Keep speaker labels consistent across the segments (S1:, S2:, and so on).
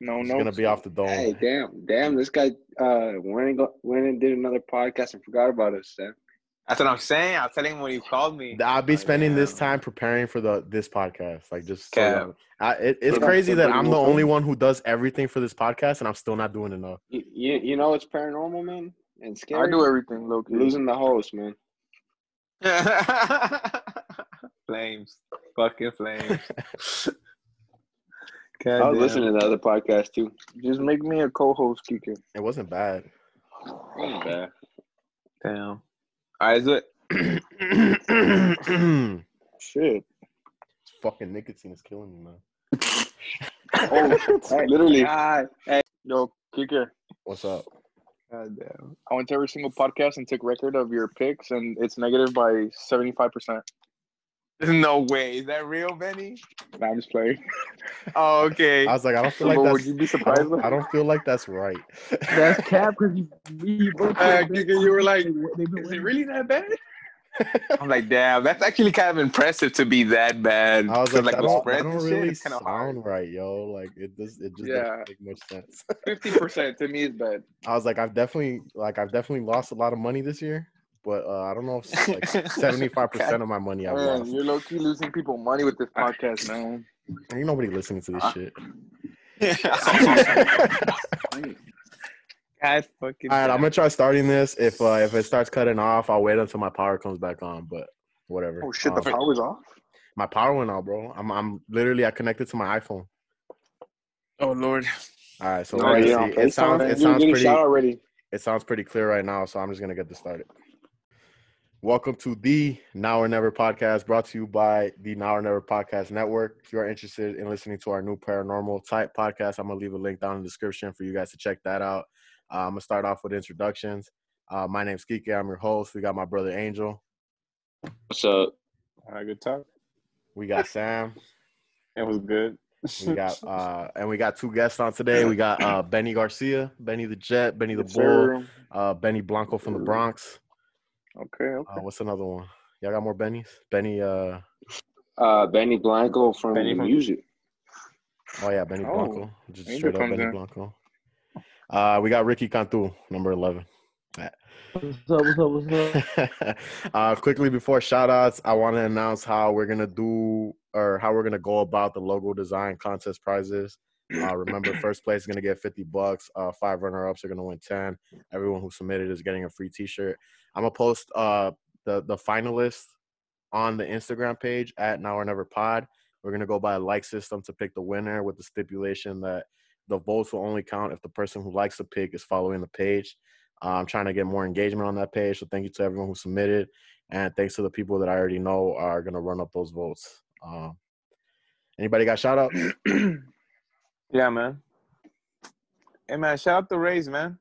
S1: No,
S2: It's
S1: no.
S2: gonna be off the dome.
S3: Hey, damn, damn! This guy uh, went and go, went and did another podcast and forgot about us. Sam.
S4: That's what I'm saying. I'll tell him when you called me.
S2: I'll be
S4: Like,
S2: spending this
S4: damn.
S2: time preparing for the this podcast. Like just so
S4: Cap.
S2: y'all- I, it, it's
S1: Put on
S2: crazy that
S1: somebody
S2: I'm
S1: will
S2: the only
S1: come.
S2: one who does everything for this podcast, and I'm still not doing enough.
S3: You, you, you know it's paranormal, man, and
S4: I
S3: scary.
S4: do everything, Loki.
S3: Losing the host, man.
S4: flames, fucking flames.
S3: I was
S4: God Oh, damn.
S3: listening to the other podcast too.
S4: Just make me a co-host, Kika.
S2: It wasn't bad.
S4: Oh,
S3: Wasn't bad.
S4: Damn. All right, is it?
S2: Fucking
S3: Shit.
S2: nicotine is killing me, man.
S3: Oh, hey, literally.
S4: God. Hey, yo, Kika.
S2: What's up?
S4: God damn.
S1: I went to every single podcast and took record of your picks, and it's negative by seventy five percent.
S4: There's no way. Is that real, Benny?
S1: I'm just playing.
S4: Oh, okay.
S2: I was like, I don't feel like
S4: But
S2: that's.
S4: would you be
S2: I
S4: surprised?
S2: don't, I don't feel like that's right.
S5: That's cap because you, you both
S1: Uh, Giga, you were like,
S5: They've been
S1: Is it
S5: winning.
S1: really that bad?
S4: I'm like, damn. That's actually kind of impressive to be that bad.
S2: I was
S4: 'Cause,
S2: like, that
S4: with
S2: don't, that
S4: spreads
S2: don't
S4: and shit,
S2: really
S4: it's kinda
S2: sound right, yo. Like it does. It just
S1: Yeah.
S2: doesn't make much sense.
S1: Fifty percent to me is bad.
S2: I was like, I've definitely like I've definitely lost a lot of money this year, but uh, I don't know if like seventy five percent of my money I've
S4: Man,
S2: lost.
S4: you're low key losing people money with this podcast, man.
S1: No.
S2: Ain't nobody listening to this
S4: Uh,
S2: shit.
S4: God fucking.
S2: All right, I'm gonna try starting this. If uh, if it starts cutting off, I'll wait until my power comes back on. But whatever.
S1: Oh shit, the
S2: Um,
S1: power's off.
S2: my power went out, bro. I'm I'm literally I connected to my iPhone.
S4: Oh Lord.
S2: All right, so
S3: No,
S2: we're gonna
S3: you're on
S2: see. it sounds
S3: FaceTime?
S2: it
S3: You're
S2: sounds
S3: getting
S2: pretty
S3: shot already.
S2: it sounds pretty clear right now. So I'm just gonna get this started. Welcome to the Now or Never podcast, brought to you by the Now or Never Podcast Network. If you are interested in listening to our new paranormal type podcast, I'm gonna leave a link down in the description for you guys to check that out. Uh, I'm gonna start off with introductions. Uh, my name's Kike. I'm your host. We got my brother Angel.
S3: What's up?
S4: All right, good talk.
S2: We got Sam.
S4: It was good.
S2: We got uh, and we got two guests on today. We got uh, Benny Garcia, Benny the Jet, Benny the
S1: Yes,
S2: Bull,
S1: sir.
S2: uh, Benny Blanco from the Bronx.
S1: Okay, okay.
S2: Uh, what's another one? Y'all got more Bennies? Benny. Uh,
S3: Uh, Benny Blanco from
S4: Benny from-
S3: music.
S2: oh yeah, Benny
S1: Oh,
S2: Blanco. Just
S1: Angel
S2: straight up
S1: comes
S2: Benny
S1: in.
S2: Blanco. Uh, we got Ricky Cantu, number eleven.
S5: What's up? What's up? What's up?
S2: uh, quickly before shout outs, I want to announce how we're gonna do or how we're gonna go about the logo design contest prizes. Uh, remember, first place is gonna get fifty bucks. Uh, five runner ups are gonna win ten. Everyone who submitted is getting a free T shirt. I'm gonna post uh, the the finalists on the Instagram page at Now or Never Pod. We're gonna go by a like system to pick the winner with the stipulation that the votes will only count if the person who likes the pick is following the page. Uh, I'm trying to get more engagement on that page, so thank you to everyone who submitted, and thanks to the people that I already know are gonna run up those votes. Um, anybody got shout out?
S4: Yeah, man. Hey man, shout out the Rays, man.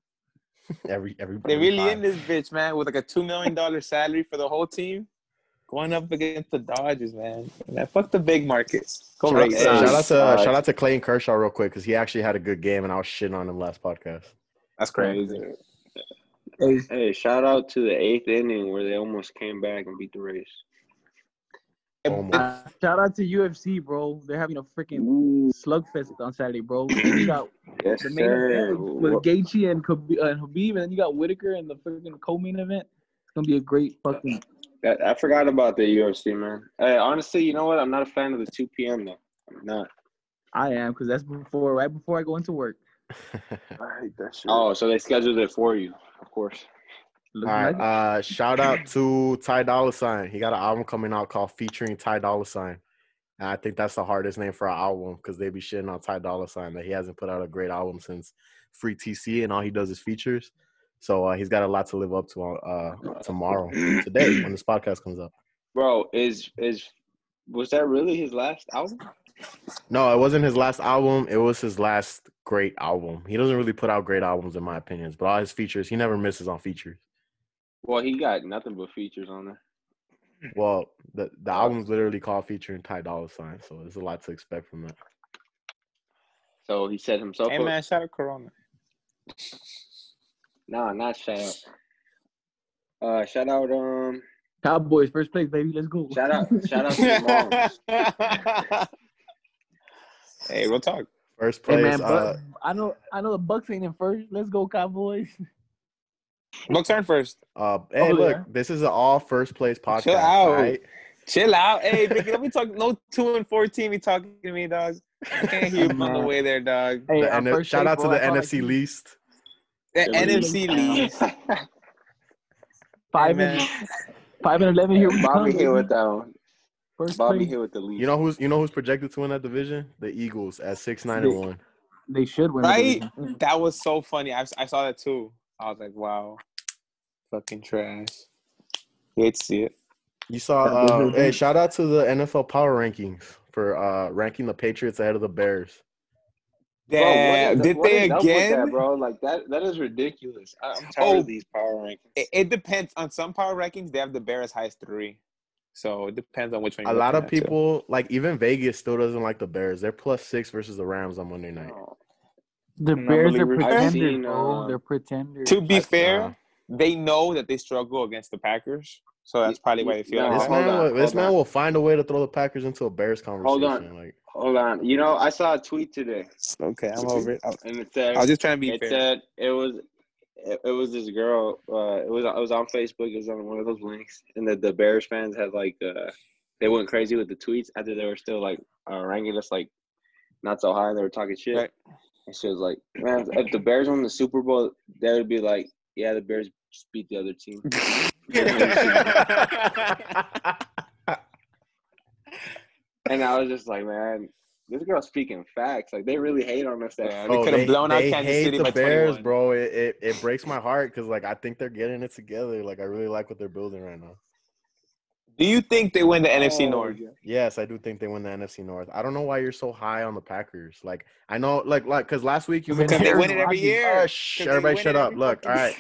S2: Every every
S4: They
S2: every
S4: really
S2: time.
S4: in this bitch, man, with like a two million dollar salary for the whole team. Going up against the Dodgers, man. man fuck the big markets. Go
S2: Shout out,
S4: Rays.
S2: to,
S3: Hey,
S2: shout out to
S3: uh,
S2: shout out to Clayton Kershaw real quick because he actually had a good game and I was shitting on him last podcast.
S4: That's crazy.
S3: Hey, shout out to the eighth inning where they almost came back and beat the race.
S2: Almost.
S5: Uh, shout out to UFC, bro. They're having a freaking
S3: Ooh,
S5: slugfest on Saturday, bro. You got
S3: yes,
S5: the main
S3: sir.
S5: event with Gaethje and Khabib, uh, and Habib, and then you got Whitaker and the freaking co-main event. It's gonna be a great fucking.
S3: That, I forgot about the UFC, man. Hey, honestly, you know what? I'm not a fan of the 2 p.m. though. I'm not.
S5: I am because that's before, right before I go into work.
S4: I hate that shit.
S3: Oh, so they scheduled it for you, of course.
S2: All
S5: Looking
S2: right.
S5: like it.
S2: Uh, shout out to Ty Dolla Sign. He got an album coming out called featuring Ty Dolla Sign. And I think that's the hardest name for an album because they be shitting on Ty Dolla Sign that he hasn't put out a great album since Free TC and all he does is features. So uh, he's got a lot to live up to uh, tomorrow, today when this podcast comes up.
S3: Bro, is is was that really his last album?
S2: No, it wasn't his last album. It was his last great album. He doesn't really put out great albums, in my opinions. But all his features, he never misses on features.
S3: Well, he got nothing but features on there.
S2: Well, the the album's literally called featuring Ty Dolla Sign, so there's a lot to expect from that.
S3: So he set himself
S4: Hey
S3: up.
S4: man, shout out Corona.
S3: Nah, not shout out. Uh, shout out. Um,
S5: Cowboys first place, baby. Let's go.
S3: shout out. Shout out to your mom.
S4: hey, we'll talk.
S2: First
S5: Hey,
S2: place.
S5: man,
S2: uh,
S5: but I know I know the Bucks ain't in first. Let's go, Cowboys.
S4: Bucks aren't first.
S2: uh, hey,
S5: Oh,
S2: look,
S5: yeah.
S2: this is an all first place podcast.
S4: out.
S2: all right?
S4: Chill out. Hey, Vicky, don't be talking. No two and fourteen be talking to me, dog. I can't hear you on the
S5: Man.
S4: way there, dog.
S5: Hey,
S2: The
S5: our
S2: N-
S5: first
S2: shout
S5: take,
S2: out to
S5: bro,
S2: the
S5: I felt like
S2: NFC
S5: he-
S2: least.
S4: The
S3: Hey,
S4: NFC leads.
S5: Five
S4: Hey,
S5: and five and eleven here. we
S3: Bobby
S5: come,
S3: hit
S5: baby.
S3: with that one.
S5: First
S3: Bobby
S5: place.
S3: hit with the lead.
S2: You know who's you know who's projected to win that division? The Eagles at six nine and one.
S5: They should win. the
S4: Right?
S5: division.
S4: That was so funny. I, I saw that too. I was like, wow, fucking trash. You hate to see it.
S2: You saw. Uh, hey, shout out to the NFL Power Rankings for uh, ranking the Patriots ahead of the Bears.
S3: Bro, what
S4: Damn,
S3: is-
S4: did
S3: what
S4: they
S3: is up with
S4: again?
S3: that, bro? Like that, that is ridiculous. I- I'm tired
S4: Oh.
S3: of these power rankings.
S4: It, it depends on some power rankings. They have the Bears highest three, so it depends on which one.
S2: A
S4: you're
S2: lot
S4: looking
S2: of
S4: at, too.
S2: people, like even Vegas, still doesn't like the Bears. They're plus six versus the Rams on Monday night.
S3: No.
S5: The
S1: Not
S5: Bears are
S1: really rich. I've
S5: pretenders,
S3: seen,
S5: bro.
S3: uh,
S5: They're pretenders.
S4: To be
S2: I-
S4: fair,
S2: nah.
S4: they know that they struggle against the Packers, so that's probably why they feel.
S3: No,
S4: like
S2: this
S4: that.
S3: hold
S2: man,
S3: on,
S2: will, this
S3: hold
S2: man
S3: on.
S2: will find a way to throw the Packers into a Bears conversation.
S3: on.
S2: Like,
S3: Hold on. You know, I saw a tweet today,
S4: Okay, I'm over it. I
S3: and it said,
S4: I was just trying to be
S3: it
S4: fair.
S3: said it was, it, it was this girl. Uh, it was, it was on Facebook. It was on one of those links, and the, the Bears fans had like, uh, they went crazy with the tweets after they were still like uh, ranking us like not so high. They were talking shit,
S4: Right.
S3: and she was like, "Man, if the Bears won the Super Bowl, they would be like, yeah, the Bears just beat the other team." And I was just like, man, this girl's speaking facts. Like they really hate on us. That
S4: Yeah,
S3: much.
S4: they could have blown out
S2: they
S4: Kansas
S2: hate
S4: City
S2: the
S4: by
S2: Bears,
S4: 21.
S2: bro. It, it it breaks my heart because like I think they're getting it together. Like I really like what they're building right now.
S4: Do you think they win the
S3: Oh,
S4: NFC North?
S3: yeah.
S2: Yes, I do think they win the NFC North. I don't know why you're so high on the Packers. Like I know, like like because last week you made
S4: Because they
S5: Aaron
S4: win it every
S5: Rodgers.
S4: year.
S2: Oh,
S4: 'Cause
S2: shh,
S4: they
S2: everybody,
S4: win
S2: shut
S4: it
S2: up.
S4: every
S2: Look,
S4: fucking-
S2: all right,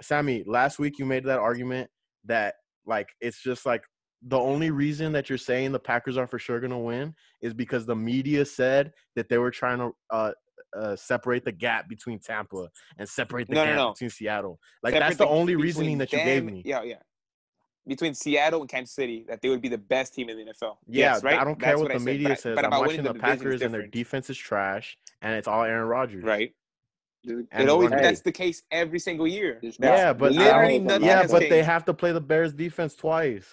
S2: Sammy. Last week you made that argument that like it's just like the only reason that you're saying the Packers are for sure gonna win is because the media said that they were trying to uh, uh separate the gap between Tampa and separate the
S4: No, no,
S2: gap
S4: no.
S2: between Seattle. Like that's
S4: Separate
S2: the only
S4: between
S2: reasoning that you gave
S4: them-
S2: me.
S4: Yeah, yeah. Between Seattle and Kansas City, that they would be the best team in the NFL.
S2: Yeah,
S4: yes, right.
S2: I don't care
S4: That's
S2: what the
S4: I said,
S2: media
S4: but-
S2: says.
S4: But
S2: I'm
S4: about
S2: watching the,
S4: winning division is
S2: Packers and their
S4: different.
S2: defense is trash, and it's all Aaron Rodgers.
S4: Right.
S3: Dude,
S2: And
S4: it always
S2: running.
S4: that's the case every single year.
S3: Just-
S2: Yeah, but I
S4: literally
S2: don't-
S4: nothing
S2: yeah,
S4: has
S2: but they
S4: changed.
S2: have to play the Bears defense twice.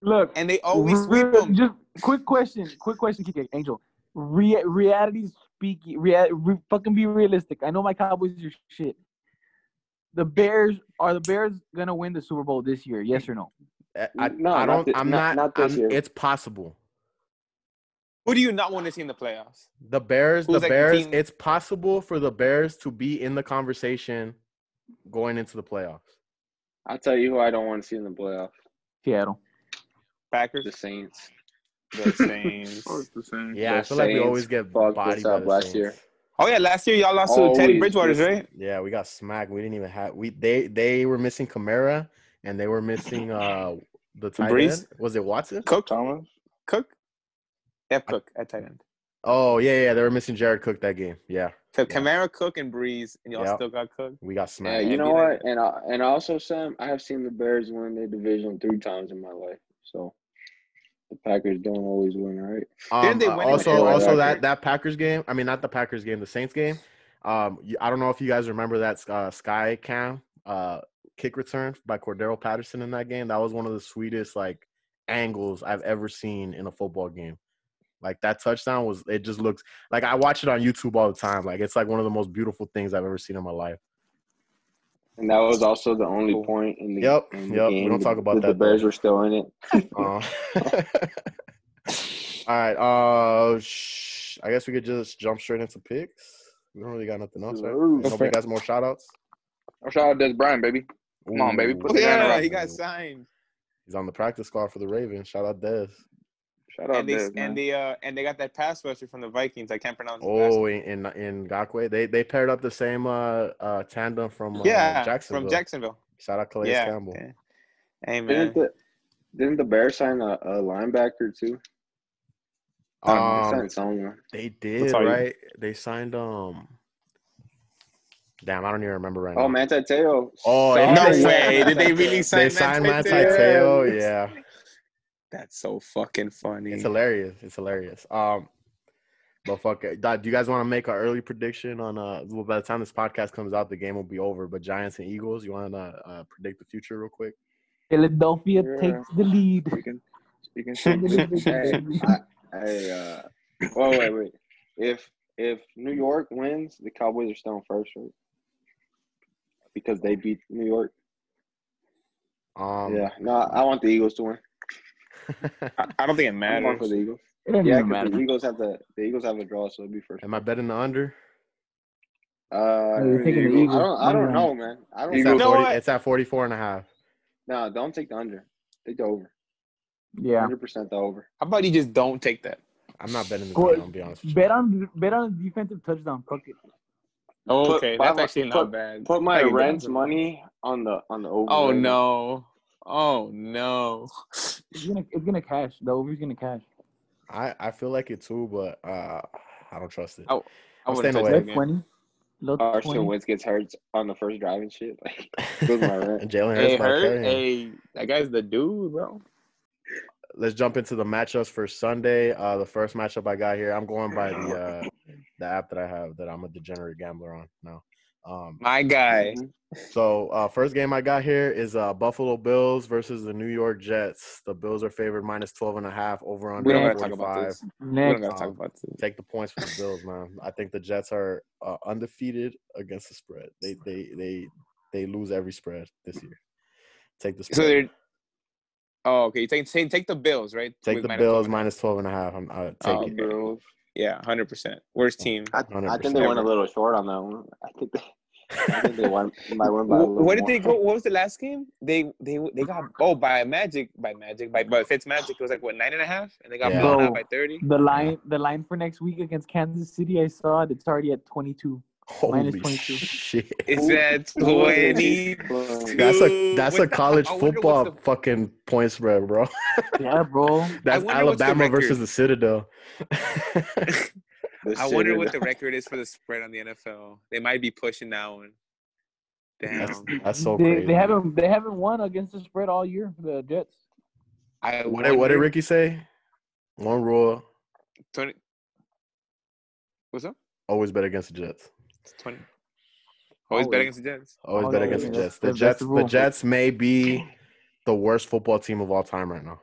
S5: Look,
S4: And they always
S5: Real-
S4: sweep them.
S5: Just quick question, quick question, KK Angel. Re- reality speaking, rea- re- fucking be realistic. I know my Cowboys are shit. The Bears are the Bears gonna win the Super Bowl this year? Yes or no?
S2: I, I,
S3: No,
S2: I
S3: not
S2: don't.
S3: thi-
S2: I'm
S3: not-
S2: not.
S3: not this
S2: I'm-
S3: year.
S2: it's possible.
S4: Who do you not want to see in the playoffs?
S2: The Bears.
S4: Who's
S2: the
S4: that
S2: Bears.
S4: team-
S2: It's possible for the Bears to be in the conversation going into the playoffs.
S3: I'll tell you who I don't want to see in the playoff:
S5: Seattle.
S3: the
S4: Packers.
S3: Saints.
S4: The Saints.
S1: Oh, it's the same.
S2: Yeah, I
S3: Mm-hmm. The
S2: feel like we
S3: Saints
S2: always get
S3: fucked
S2: bodied
S3: us
S2: by
S3: up
S2: the
S3: last
S2: Saints.
S3: year.
S4: Oh yeah, last year y'all lost to Teddy
S3: Always
S4: Bridgewater's,
S3: listen.
S4: right?
S2: Yeah, we got smacked. We didn't even have. We they they were missing Kamara and they were missing uh the tight
S4: Breeze?
S2: end. Was it Watson?
S4: Cook,
S1: Thomas.
S4: Cook, F Cook at tight end.
S2: Oh yeah, yeah. They were missing Jared Cook that game. Yeah,
S4: So
S2: Yeah.
S4: Kamara, Cook, and Breeze, and y'all
S2: Yep.
S4: still got Cook.
S2: we got
S3: Yeah,
S2: smacked.
S3: Uh, you
S4: It'd
S3: know
S4: be like
S3: what? And I, and also, Sam, I have seen the Bears win their division three times in my life. So the Packers don't always win, right?
S2: Um,
S4: Didn't they
S2: uh,
S4: win it
S2: also,
S3: with
S2: also
S3: Aaron
S2: that
S4: Rodgers?
S2: that Packers game. I mean, not the Packers game, the Saints game. Um, you, I don't know if you guys remember that uh, sky cam uh, kick return by Cordero Patterson in that game. That was one of the sweetest like angles I've ever seen in a football game. Like that touchdown was. It just looks like I watch it on YouTube all the time. Like it's like one of the most beautiful things I've ever seen in my life.
S3: And that was also the only point in the,
S2: Yep,
S3: in the
S2: yep, we
S3: game.
S2: don't talk about
S3: the,
S2: that,
S3: The Bears
S2: though.
S3: were still in it.
S2: Uh, all right. Uh, sh- I guess we could just jump straight into picks. We don't really got nothing else, right?
S1: Ooh.
S2: Nobody got some more shout outs?
S1: Oh, shout out Des Bryant, baby. Come on, baby, put the guy in the
S4: yeah,
S1: rock.
S4: he got signed.
S2: He's on the practice squad for the Ravens. Shout out Dez.
S1: Shout out
S4: and they
S1: Des, man.
S4: and they uh and they got that pass rusher from the Vikings. I can't pronounce. his last name.
S2: Oh, in in, in Gakwe, they they paired up the same uh, uh tandem from uh,
S4: yeah,
S2: Jacksonville.
S4: from Jacksonville.
S2: Shout out Calais
S4: yeah.
S2: Campbell.
S4: yeah. Hey man,
S3: Didn't the, didn't the Bears sign a, a linebacker too?
S2: Um,
S3: they signed someone.
S2: they did
S4: all you-
S2: right. They signed um. Damn, I don't even remember right now.
S3: Oh, Manti Te'o.
S2: Oh, they-
S4: no
S2: they-
S4: way! Did they really sign?
S2: they signed
S4: Matt
S2: Matt
S4: Taylor?
S2: Taylor. Yeah.
S4: That's so fucking funny.
S2: It's hilarious. It's hilarious. Um, But fuck it. Dad, do you guys want to make an early prediction on uh well by the time this podcast comes out the game will be over, but Giants and Eagles, you wanna uh, predict the future real quick?
S5: Philadelphia
S1: Yeah.
S5: takes the lead.
S1: You can, you can say that.
S3: I, uh, oh wait, wait. If if New York wins, the Cowboys are still in first, right? Because they beat New York.
S2: Um
S3: yeah. No, I want the Eagles to win.
S4: I, I don't think it
S3: I'm going for
S4: matters.
S3: the Eagles.
S5: It doesn't
S3: Yeah,
S5: even
S3: 'cause the
S5: matter.
S3: Eagles have the the Eagles have a draw, so it'll be first.
S2: am I betting the under?
S3: Uh,
S5: you're taking the
S3: I
S5: Eagles.
S3: don't. I don't
S5: Money
S3: know, man. I don't.
S2: It's
S1: Eagles.
S2: at,
S1: You
S4: know
S2: 40,
S4: what?
S2: it's at 44 and a half.
S3: No, don't take the under. Take the over.
S5: Yeah.
S3: Hundred percent the over.
S4: How about you just don't take that?
S2: I'm not betting the
S5: Well,
S2: game, I'll be honest with you.
S5: Bet on bet on defensive touchdown. Fuck it.
S3: Put-
S4: okay,
S3: put
S4: that's
S3: my-
S4: actually
S3: put-
S4: not bad.
S3: Put my
S4: I can do
S3: rent's
S4: it.
S3: money on the on the over.
S4: Oh
S3: right now.
S4: no. Oh no.
S5: It's gonna it's gonna cash. The over's gonna cash.
S2: I, I feel like it too, but uh I don't trust it.
S4: I- I
S2: I'm staying
S4: wouldn't touch
S2: away.
S5: Low
S4: that game.
S5: twenty. Low
S3: Carson
S5: twenty.
S3: Wentz gets hurt on the first drive and shit. Like, goes my rent.
S2: Jalen Hurts
S4: Hey,
S2: might carry
S4: hurt.
S2: him.
S4: Hey, that guy's the dude, bro.
S2: let's jump into the matchups for Sunday. Uh, the first matchup I got here, I'm going by the uh, the app that I have that I'm a degenerate gambler on now. Um,
S4: My guy.
S2: so uh, first game I got here is uh, Buffalo Bills versus the New York Jets. The Bills are favored minus 12 and a half over under
S4: We don't
S5: Yeah.
S4: gotta talk about
S2: 45.
S4: this. We don't
S5: Next.
S4: gotta talk
S2: Um,
S4: about this.
S2: Take the points for the Bills, man. I think the Jets are uh, undefeated against the spread. They they they they lose every spread this year. Take the
S4: So
S2: spread.
S4: they're. Oh, okay. You take take, take the Bills, right?
S2: Take
S4: With
S2: the
S4: minus
S2: Bills
S4: 12.
S2: minus 12 and a half. I'm, I'll take
S4: Oh,
S2: it.
S3: Bills.
S4: Yeah, hundred percent. Worst team.
S3: I, I think
S2: 100%.
S3: they went a little short on that one. I think they, I think they won, might win by a
S4: Wh-
S3: little
S4: What did
S3: more.
S4: they go? What was the last game? They they they got oh by magic by magic by but Fitz magic it was like what nine and a half and they got
S2: Yeah.
S4: blown
S5: Bro.
S4: out by thirty.
S5: The line the line for next week against Kansas City I saw it, it's already at twenty two. Minus
S2: Holy
S5: 22.
S2: shit.
S4: It's at twenty.
S2: That's a
S4: Dude,
S2: that's
S4: what's
S2: a
S4: the-
S2: college
S4: I wonder what's
S2: football
S4: the-
S2: fucking point spread, bro.
S5: Yeah, bro.
S2: That's
S4: wonder what's the
S2: Alabama
S4: record.
S2: versus the Citadel.
S3: This
S4: I
S3: shit
S4: wonder
S3: is-
S4: what the record is for the spread on the NFL. They might be pushing that one.
S2: that's,
S4: Damn.
S2: that's so
S5: they,
S2: crazy.
S5: they haven't they haven't won against the spread all year for the Jets.
S2: what,
S4: I
S2: did, what did
S4: wonder-
S2: Ricky say? One rule
S4: Twenty. What's up?
S2: always bet against the Jets.
S4: It's twenty. Always bet against
S5: Always.
S4: the Jets.
S2: Always
S5: Oh,
S2: bet
S5: yeah,
S2: against the
S5: yeah,
S2: Jets. The
S5: that's- that's
S2: Jets
S5: the
S2: the,
S5: rule.
S2: Jets may be the worst football team of all time right now.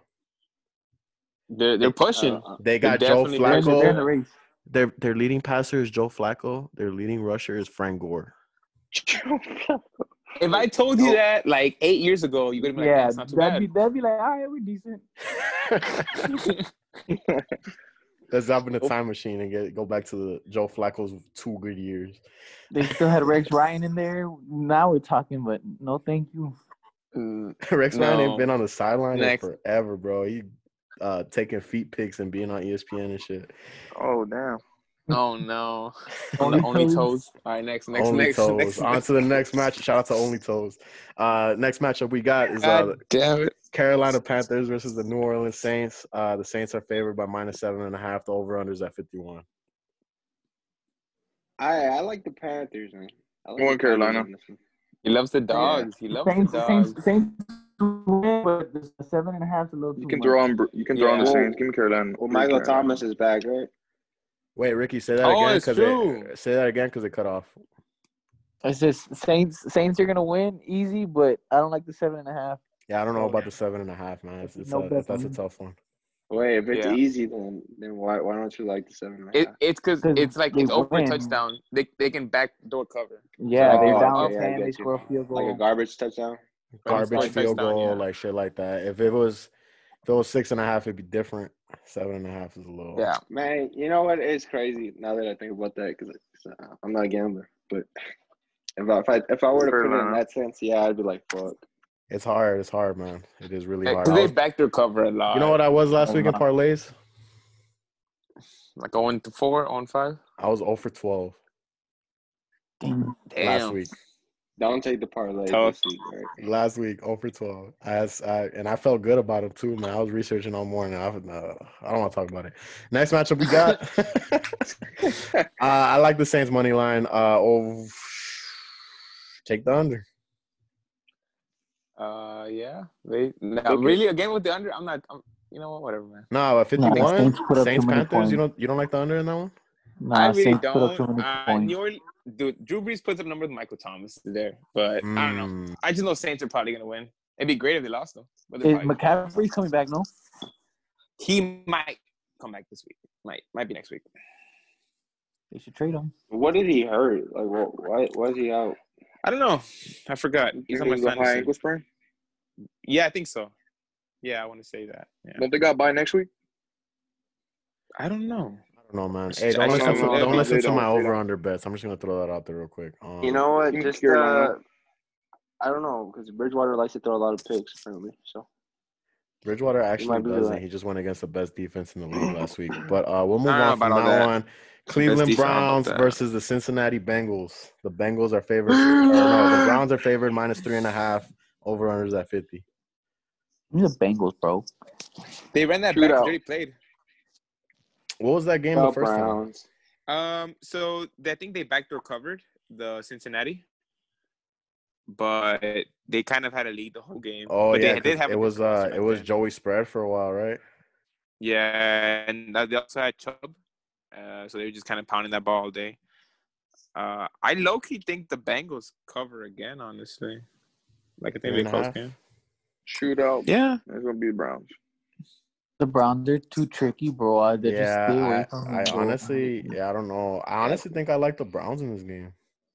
S4: They're they're pushing.
S3: Uh, uh,
S2: They got Joe
S4: definitely
S5: They're in, the, they're in
S2: Flacco.
S5: the race.
S2: Their their leading passer is Joe Flacco. Their leading rusher is Frank Gore.
S4: If I told you
S3: No.
S4: that like eight years ago, you would have been like,
S5: yeah,
S4: "That's not too
S5: that'd
S4: bad."
S5: be that'd be like, all right, we're decent.
S2: Let's hop in the time machine and get go back to the Joe Flacco's two good years.
S5: They still had Rex Ryan in there. Now we're talking, but no, thank you.
S2: Rex Ryan ain't
S4: No.
S2: been on the sideline in
S4: Next.
S2: forever, bro. He uh, taking feet pics and being on E ESPN and shit.
S1: oh damn!
S4: Oh no.
S5: Only
S4: Only, only
S5: toes.
S4: toes. All right, next, next,
S2: Only
S4: next,
S2: toes.
S4: next.
S2: on to the next match. Shout out to Only Toes. Uh, next matchup we got is uh,
S4: God damn it.
S2: Carolina Panthers versus the New Orleans Saints. Uh, the Saints are favored by minus seven and a half. The over unders at fifty one.
S3: I I like the Panthers, man. I like
S1: Go
S3: the
S1: on, Carolina.
S3: Panthers in this one.
S4: He loves the dogs. He loves
S5: Saints,
S4: the dogs.
S5: Saints, Saints win, but the seven and a half's a little too
S1: You can
S5: much.
S1: throw on. Br- You can throw on the
S4: Yeah.
S1: Saints. Give me Carolina.
S3: Well,
S1: Give me
S3: Michael
S1: Carolina.
S3: Thomas is back, right?
S2: Wait, Ricky, say that
S4: Oh,
S2: again
S4: it's
S2: because
S4: true.
S2: say that again because it cut off.
S5: It's just Saints. Saints are gonna win easy, but I don't like the seven and a half.
S2: Yeah, I don't know
S4: Oh,
S2: about
S4: yeah.
S2: the seven and a half, man. It's, it's
S5: No
S2: a,
S5: bet
S2: that's a
S5: on-
S2: tough one.
S3: Wait, if it's
S4: Yeah.
S3: easy, then then why why don't you like the seven? and a
S4: It,
S3: half?
S4: it's because
S5: Cause
S4: it's like
S5: they
S4: it's over
S5: win.
S4: a touchdown. They, they can backdoor cover.
S5: Yeah,
S4: Oh,
S5: they're
S4: okay,
S5: down
S4: yeah, I
S5: ten.
S3: get
S5: They
S3: you.
S5: score a field goal.
S3: Like a garbage touchdown.
S2: Garbage
S4: scoring
S2: field
S4: touchdown,
S2: goal,
S4: yeah.
S2: like shit like that. If it was if it was six and a half, it'd be different. Seven and a half is a little
S4: Yeah.
S3: Man, you know what? It's crazy now that I think about that because uh, I'm not a gambler. But if I if I, if I were to put it in
S1: Carolina.
S3: that sense, yeah, I'd be like, fuck.
S2: It's hard. It's hard, man. It is really hard.
S4: Because
S2: I
S4: Eh, they
S2: was-
S4: backdoor cover a lot.
S2: you know what I was last
S5: Oh,
S2: week in
S5: no.
S2: parlays?
S4: Like on to four, on five.
S2: I was 0 for 12
S5: Damn.
S2: last
S4: Damn.
S2: week.
S3: Don't take the parlay
S4: Tough.
S3: this week, right?
S2: Last week, 0 for 12. I, s- I- and I felt good about it too, man. I was researching all morning. I, was- uh, I don't want to talk about it. Next matchup we got. uh, I like the Saints money line. Uh, oh, take the under.
S4: Uh, yeah. They now
S1: Look at-
S4: really again with the under. I'm not. I'm, you know what? Whatever, man.
S2: No, nah,
S5: Nah, the
S2: 51.
S5: Saints put up
S2: Saints
S5: too many
S2: Panthers. You
S5: points.
S2: don't you don't like the under in that one?
S5: Nah,
S4: I really
S5: Saints put
S4: don't.
S5: up too many
S4: Uh,
S5: points.
S4: New Orleans, dude, Drew Brees puts up numbers with Michael Thomas there, but I don't know.
S2: Mm,
S4: I just know Saints are probably gonna win. It'd be great if they lost though. But they're
S5: Is
S4: probably-
S5: McCaffrey's coming back? No.
S4: he might come back this week. Might might be next week.
S5: They should trade him.
S3: What did he hurt? Like, what, why, why is he out?
S4: I don't know. I forgot. He's on my
S3: Did he go high
S4: fantasy.
S3: ankle sprain?
S4: Yeah, I think so. Yeah, I want to say that. Yeah.
S1: Don't they got by next week?
S4: I don't know.
S2: I don't know, man. Hey,
S4: I
S2: don't listen
S4: don't
S2: to,
S4: know.
S2: don't listen
S3: They
S2: to my
S3: don't- they
S2: over under bets. I'm just gonna throw that out there real quick. Um,
S3: You know what?
S1: You can
S3: Just
S1: cure
S3: uh,
S1: Lionel.
S3: I don't know because Bridgewater likes to throw a lot of picks apparently. So
S2: Bridgewater actually
S3: might be
S2: doesn't.
S3: right.
S2: He just went against the best defense in the league last week. But uh, we'll move
S4: I
S2: on
S4: don't know
S2: from
S4: about
S2: now
S4: all that.
S2: on. Cleveland
S4: defense, I don't know about
S2: Browns
S4: that.
S2: versus the Cincinnati Bengals. The Bengals are favored. or no, the Browns are favored minus three and a half. Over unders at fifty.
S5: Give me the Bengals, bro.
S4: They ran that
S1: Shootout.
S4: back. They already played.
S2: What was that game the
S3: Oh,
S2: first time?
S3: Browns.
S4: Um, so they, I think they backdoor covered the Cincinnati, but they kind of had a lead the whole game.
S2: Oh
S4: but
S2: yeah,
S4: they did
S2: 'cause
S4: have a
S2: it
S4: good
S2: was
S4: defense
S2: uh,
S4: back
S2: it was
S4: then.
S2: Joey spread for a while, right?
S4: Yeah, and uh, they also had Chubb. Uh, so they were just kind of pounding that ball all day. Uh, I low key think the Bengals cover again, honestly. Like, I think
S2: Three
S4: they
S2: and a
S4: close
S2: half?
S4: game.
S1: Shootout.
S4: Yeah.
S1: It's gonna be the Browns.
S5: The Browns are too tricky, bro. I- They just stay
S2: Yeah,
S5: away
S2: I,
S5: from them,
S2: I
S5: bro.
S2: honestly, yeah, I don't know. I honestly think I like the Browns in this game.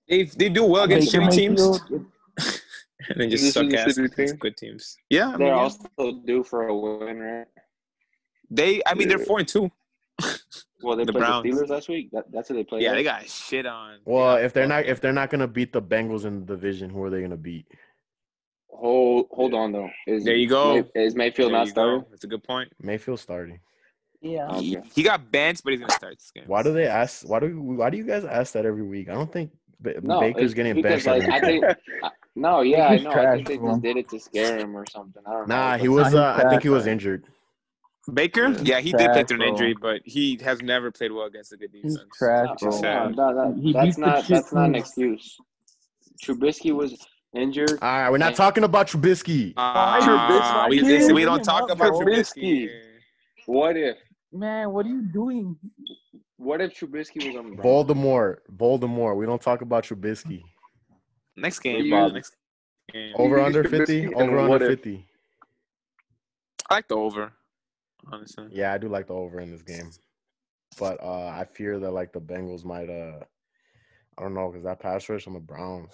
S4: They, they do well against
S5: Baker
S4: shitty teams
S5: Mayfield.
S4: and they just
S1: This is
S4: suck
S1: the
S4: ass
S1: shitty
S4: against
S1: team?
S4: good teams. Yeah. I mean,
S3: They're
S4: yeah.
S3: also due for a win, right?
S4: They, I mean, they're
S1: Yeah.
S4: 4 and 2.
S3: Well, they
S4: The
S3: played
S4: Browns.
S3: the Steelers last week. That, that's who they played.
S4: Yeah, they
S3: last-
S4: got shit on.
S2: Well,
S4: Yeah,
S2: if they're
S4: fuck.
S2: not if they're not gonna beat the Bengals in the division, who are they gonna beat?
S3: Hold, hold on though. Is,
S4: There you go.
S3: May- is Mayfield
S4: There
S3: not
S4: you go.
S3: starting?
S4: That's a good point.
S2: Mayfield starting.
S5: Yeah.
S3: Okay.
S4: He, he got benched, but he's gonna start this game.
S2: Why do they ask? Why do why do you guys ask that every week? I don't think B-
S3: No,
S2: Baker's
S3: it's
S2: getting
S3: because
S2: benched.
S3: like
S2: every
S3: I
S2: week.
S3: think. I- No, yeah, I
S5: Baker's
S3: know. I
S5: trash,
S3: think they
S5: bro.
S3: just did it to scare him or something. I don't know.
S2: nah, he
S3: but-
S2: was.
S5: Nah,
S2: Uh,
S5: he's
S2: I think he
S5: trash,
S2: was
S5: man.
S2: injured.
S4: Baker?
S1: Yeah.
S4: Yeah, he did play
S5: Trash,
S4: through an
S5: bro.
S4: injury, but he has never played well against a good
S5: He's
S4: defense.
S5: trash,
S3: No,
S4: Which is
S5: bro.
S4: sad.
S3: no, no, that-
S5: He beats
S3: that's
S5: the
S3: not
S5: shit
S3: that's not an
S5: teams.
S3: excuse. Trubisky was injured.
S2: All right, we're not
S3: And-
S2: talking about Trubisky.
S4: Ah,
S1: Trubisky.
S4: we, listen, we
S5: Bring
S4: don't
S5: him
S4: talk
S5: up,
S4: about
S5: bro.
S4: Trubisky. here.
S3: What if
S5: Man, what are you doing?
S3: what if Trubisky was on the Browns?
S2: Voldemort, Voldemort. We don't talk about Trubisky.
S4: Next game,
S1: You-
S4: bro. Next game.
S2: Over
S1: He's
S2: under
S1: Trubisky
S2: fifty.
S1: and
S2: Over
S1: what
S2: under
S1: if?
S2: fifty.
S4: I like the over, honestly.
S2: Yeah, I do like the over in this game, but uh, I fear that like the Bengals might. Uh, I don't know because that pass rush on the Browns.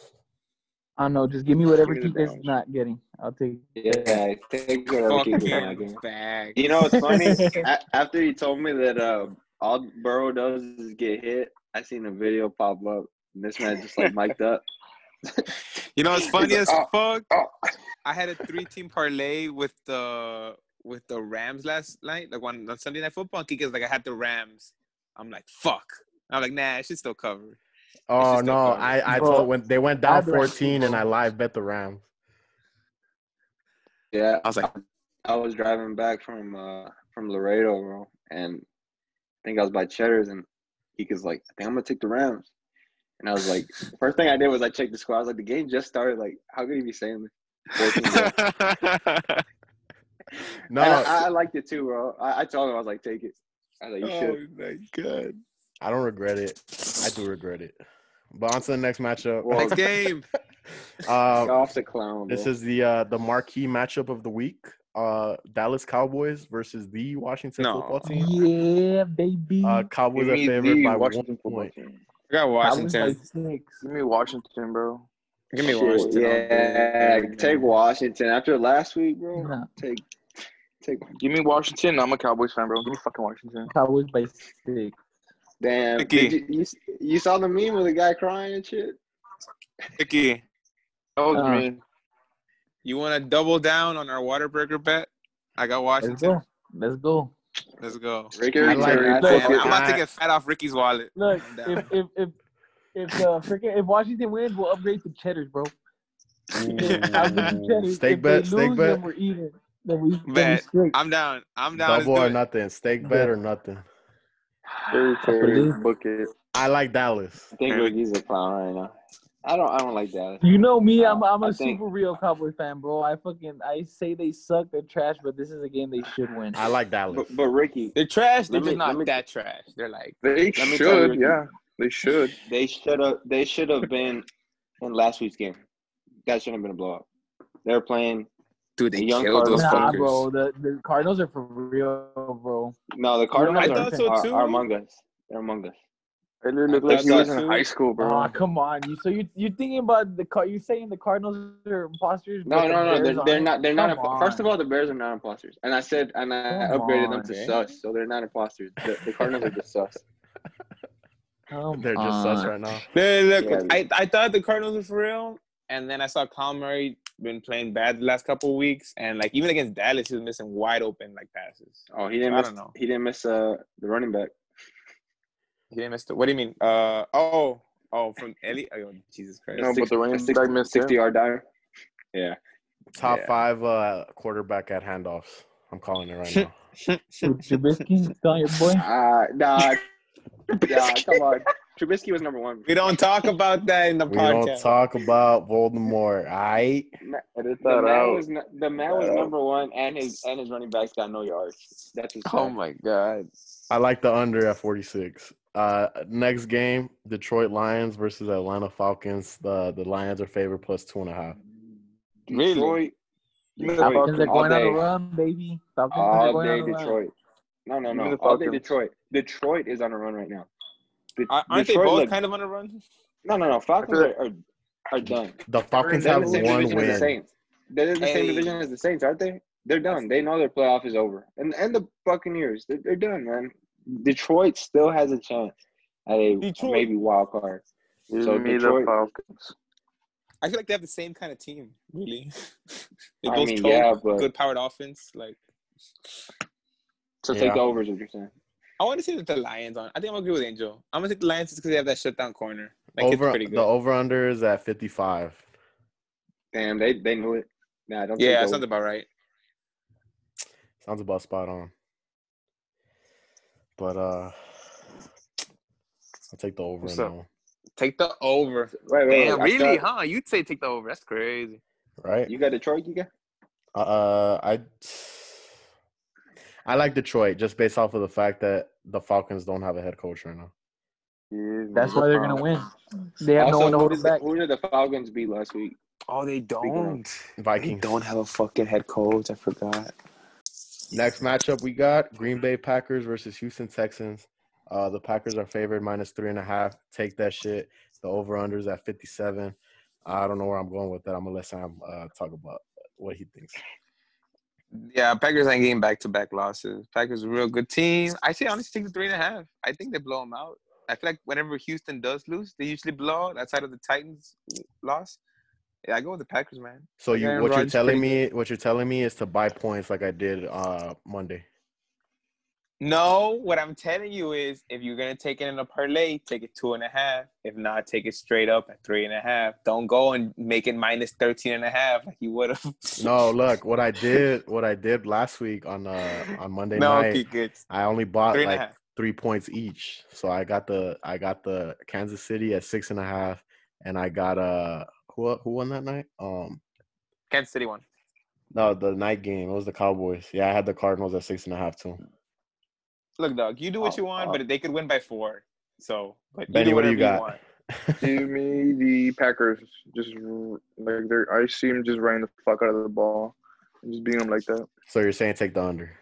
S5: I don't know. Just give me whatever
S1: Give me the
S5: Keeper's
S1: Browns.
S5: not getting. I'll take.
S3: Yeah, I think whatever
S4: Fuck
S3: he was on, I
S4: him
S3: think.
S4: back.
S3: You know, it's funny. a- after you told me that uh, all Burrow does is get hit, I seen a video pop up. And this man just like mic'd up.
S4: You know, it's funny as
S1: He's like,
S4: fuck.
S1: oh.
S4: I had a three-team parlay with the with the Rams last night, like one on Sunday Night Football. And Kika's like, I had the Rams. I'm like, fuck. I'm like, nah, it should still cover.
S2: Oh
S4: just
S2: no,
S4: don't cover.
S2: I I
S5: Bro,
S2: told when they went
S5: I
S2: down
S5: had the Rams,
S2: fourteen and
S5: bro.
S2: I live bet the Rams.
S3: Yeah,
S4: I was like,
S3: I was driving back from uh from Laredo, bro, and I think I was by Cheddar's, and he was like, "I think I'm gonna take the Rams." And I was like, first thing I did was I checked the score. I was like, the game just started. Like, how could he be saying this? 14
S4: Oh
S3: bro.
S2: No,
S3: And I, I liked it too, bro. I, I told him I was like, take it. I was like,
S4: Oh,
S3: you should.
S4: my god.
S2: I don't regret it. I do regret it. But on to the next matchup.
S3: Well,
S4: Next game.
S2: Uh,
S3: Goff's a clown.
S2: this
S3: bro.
S2: is the uh, the marquee matchup of the week. Uh, Dallas Cowboys versus the Washington
S4: No.
S2: football team.
S5: Yeah, baby.
S2: Uh, Cowboys
S1: Give
S2: are
S1: me
S2: favored
S1: the
S2: by
S1: Washington
S2: one
S1: football
S2: point.
S1: team.
S4: I got
S5: I
S4: Washington.
S5: was like six.
S1: Give me Washington, bro.
S4: Give me
S3: Shit,
S4: Washington. all
S3: Yeah,
S4: day.
S3: take Washington after last week, bro.
S5: Nah,
S3: Take, take.
S1: Give me Washington. I'm a Cowboys fan, bro. Give me fucking Washington.
S5: Cowboys by six.
S3: Damn,
S4: Ricky.
S3: did you, you you saw the meme with the guy crying and shit.
S4: Ricky,
S1: That was
S5: Uh,
S1: me.
S4: you want to double down on our Waterburger bet? I got
S5: Let's
S4: Washington.
S5: go. Let's go.
S4: Let's go.
S3: Ricky,
S1: I
S2: like
S3: Terry,
S2: that.
S4: Man,
S3: fuck it.
S4: I'm about to get fat off Ricky's wallet.
S5: Look,
S4: I'm down.
S5: if if if if uh, freaking if Washington wins, we'll upgrade to cheddars, bro. I'll give you
S2: Ooh,
S5: cheddars.
S2: Steak
S5: if
S2: bet,
S5: they
S2: steak bet.
S5: lose, Then we're even. Then we, then we
S4: Bet.
S5: straight.
S4: I'm down. I'm down.
S2: Double or
S4: Let's do it.
S2: nothing. Steak bet or nothing.
S1: Terry, Terry,
S5: believe-
S1: book it.
S2: I like Dallas.
S3: I think Ricky's a clown right now. I don't. I don't like Dallas.
S5: You know me, I'm I'm
S3: I
S5: a
S3: think-
S5: super real Cowboy fan, bro. I fucking I say they suck, they're trash, but this is a game they should win.
S2: I like Dallas.
S3: But, but Ricky,
S4: They're trash. They're
S3: Let
S4: just
S3: me- let
S4: not
S3: me-
S4: that trash. They're like
S1: They
S3: tell you should,
S1: should,
S3: Ricky.
S1: yeah.
S3: yeah.
S1: They should.
S3: they should have. They should have been in last week's game. That shouldn't have been a blowout. They're playing.
S4: dude. They
S3: The young
S4: killed those
S3: Cardinals-
S5: nah,
S4: fuckers.
S5: bro. The the Cardinals are for real, bro.
S3: No, the Cardinals
S5: I
S3: are,
S5: thought
S4: so
S3: are,
S4: too.
S3: are among us. They're among us.
S1: They
S4: I
S1: look
S4: thought
S1: like he was
S4: so,
S1: in
S4: too.
S1: high school, bro.
S5: Aw, come on. You so you you're thinking about the car? You're saying the Cardinals are imposters?
S3: No,
S5: but the
S3: no, no.
S5: Bears
S3: They're, they're
S5: aren't?
S3: not. They're not.
S5: Come
S3: Impo- First
S5: on.
S3: of all, the Bears are not imposters, and I said, and I
S5: Come
S3: upgraded them
S5: on,
S3: to
S5: eh?
S3: sus, so they're not imposters. The, the Cardinals are just sus.
S5: Come
S2: They're just sus
S5: on.
S2: right now.
S4: They look,
S3: Yeah.
S4: I, I thought the Cardinals were for real, and then I saw Kyle Murray been playing bad the last couple of weeks, and like even against Dallas, he was missing wide open like passes.
S3: Oh, he didn't
S4: I
S3: miss.
S4: don't know.
S3: He didn't miss uh the running back.
S4: He didn't miss. The, what do you mean? Uh oh oh from Ellie. Oh Jesus Christ.
S1: No, but the running
S3: six-
S1: back missed him.
S3: Sixty yard dive. Yeah.
S2: Top
S4: Yeah.
S2: five uh, quarterback at handoffs. I'm calling it right now.
S5: Trubisky's calling your boy.
S3: Uh, nah, nah, come on. Trubisky was number one.
S4: we don't talk about that in the
S2: we don't
S4: podcast.
S2: talk about Voldemort. I
S3: Ma-
S1: Edit
S3: The
S1: that
S3: man
S1: out.
S3: was nu- the man was number one, and his and his running backs got no yards. That's his
S4: oh
S3: fact.
S4: my God.
S2: I like the under at 46. Uh, next game, Detroit Lions versus Atlanta Falcons. The the Lions are favored plus two and a half.
S4: Really?
S3: Detroit,
S1: Even the
S3: Wait,
S5: Falcons are
S1: Falcons-
S3: all
S5: going on the
S3: day.
S5: run, baby. Falcons are
S3: all
S5: going
S3: day
S5: on the run.
S3: Detroit. No, no,
S1: Give me
S3: no,
S1: the
S3: all day
S1: Falcons.
S3: Detroit. Detroit is on a run right now. De-
S4: Are- Aren't
S3: Detroit
S4: they both
S3: look-
S4: kind of on a run?
S3: No, no, no. Falcons
S1: I feel
S3: are, are are done.
S2: The Falcons
S3: They're in
S2: have
S3: the same
S2: one
S3: division as the
S2: win.
S3: Saints. They're in the same
S4: Hey.
S3: division as the Saints, aren't they? They're done. They know their playoff is over. And and the Buccaneers, they're, they're done, man. Detroit still has a chance at a
S4: Detroit.
S3: maybe wild card.
S1: Give
S3: So
S1: me
S3: Detroit-
S1: the Falcons.
S4: I feel like they have the same kind of team, really. they
S3: I
S4: both
S3: mean,
S4: choke,
S3: yeah, but-
S4: good powered offense. Like
S3: So
S2: Yeah.
S3: take the overs, what you're saying.
S4: I want to say that the Lions on. I think I'm gonna agree with Angel. I'm gonna say the Lions just because they have that shutdown corner. Like it's
S2: Over
S4: pretty good.
S2: the over under is at 55.
S3: Damn, they they knew it. Nah, don't.
S4: yeah,
S3: take
S4: that
S3: the
S4: sounds
S3: over.
S4: about right.
S2: Sounds about spot on. But uh, I'll take the over
S4: What's
S2: in that
S4: up?
S2: one.
S4: Take the over.
S3: Wait, wait,
S4: Damn,
S3: wait. I
S4: really?
S3: thought-
S4: Huh? You'd say take the over. That's crazy.
S2: Right?
S3: You got Detroit, you got.
S2: Uh, I I like Detroit just based off of the fact that the Falcons don't have a head coach right now.
S5: That's why they're gonna win. They have no
S3: Also,
S5: one to
S3: who,
S5: hold
S3: did
S5: them
S3: the,
S5: back.
S3: who did the Falcons beat last week?
S4: Oh, they
S3: don't.
S2: Vikings.
S4: have a fucking head coach. I forgot.
S2: Next matchup we got Green Bay Packers versus Houston Texans. Uh, the Packers are favored minus three and a half. Take that shit. The over unders at 57. I don't know where I'm going with that. I'm gonna let Sam uh, talk about what he thinks.
S4: Yeah, Packers ain't getting back to back losses. Packers a real good team. I say honestly take the three and a half. I think they blow them out. I feel like whenever Houston does lose, they usually blow out outside of the Titans loss. Yeah, I go with the Packers, man.
S2: So
S4: Like
S2: you,
S4: Aaron
S2: what you're
S4: Rodgers
S2: telling
S4: pretty
S2: me, what you're telling me is to buy points like I did uh, Monday.
S4: No, what I'm telling you is if you're gonna take it in a parlay, take it two and a half. If not, take it straight up at three and a half. Don't go and make it minus 13 and a half like you would have.
S2: No, look what I did. What I did last week on uh, on Monday
S4: no,
S2: night.
S4: keep it.
S2: I only bought
S4: Three and a
S2: like
S4: half.
S2: three points each. So I got the I got the Kansas City at six and a half, and I got uh who who won that night? Um,
S4: Kansas City won.
S2: no, the night game. It was the Cowboys. Yeah, I had the Cardinals at six and a half too.
S4: Look, dog, you do what
S1: Oh,
S4: you want,
S1: oh.
S4: but they could win by four. So, but
S2: Benny,
S4: do
S2: what do
S4: whatever
S2: you got?
S4: want.
S1: Give me the Packers. Just r- like they're, I see them just running the fuck out of the ball, and just beating them like that.
S2: So you're saying take the under?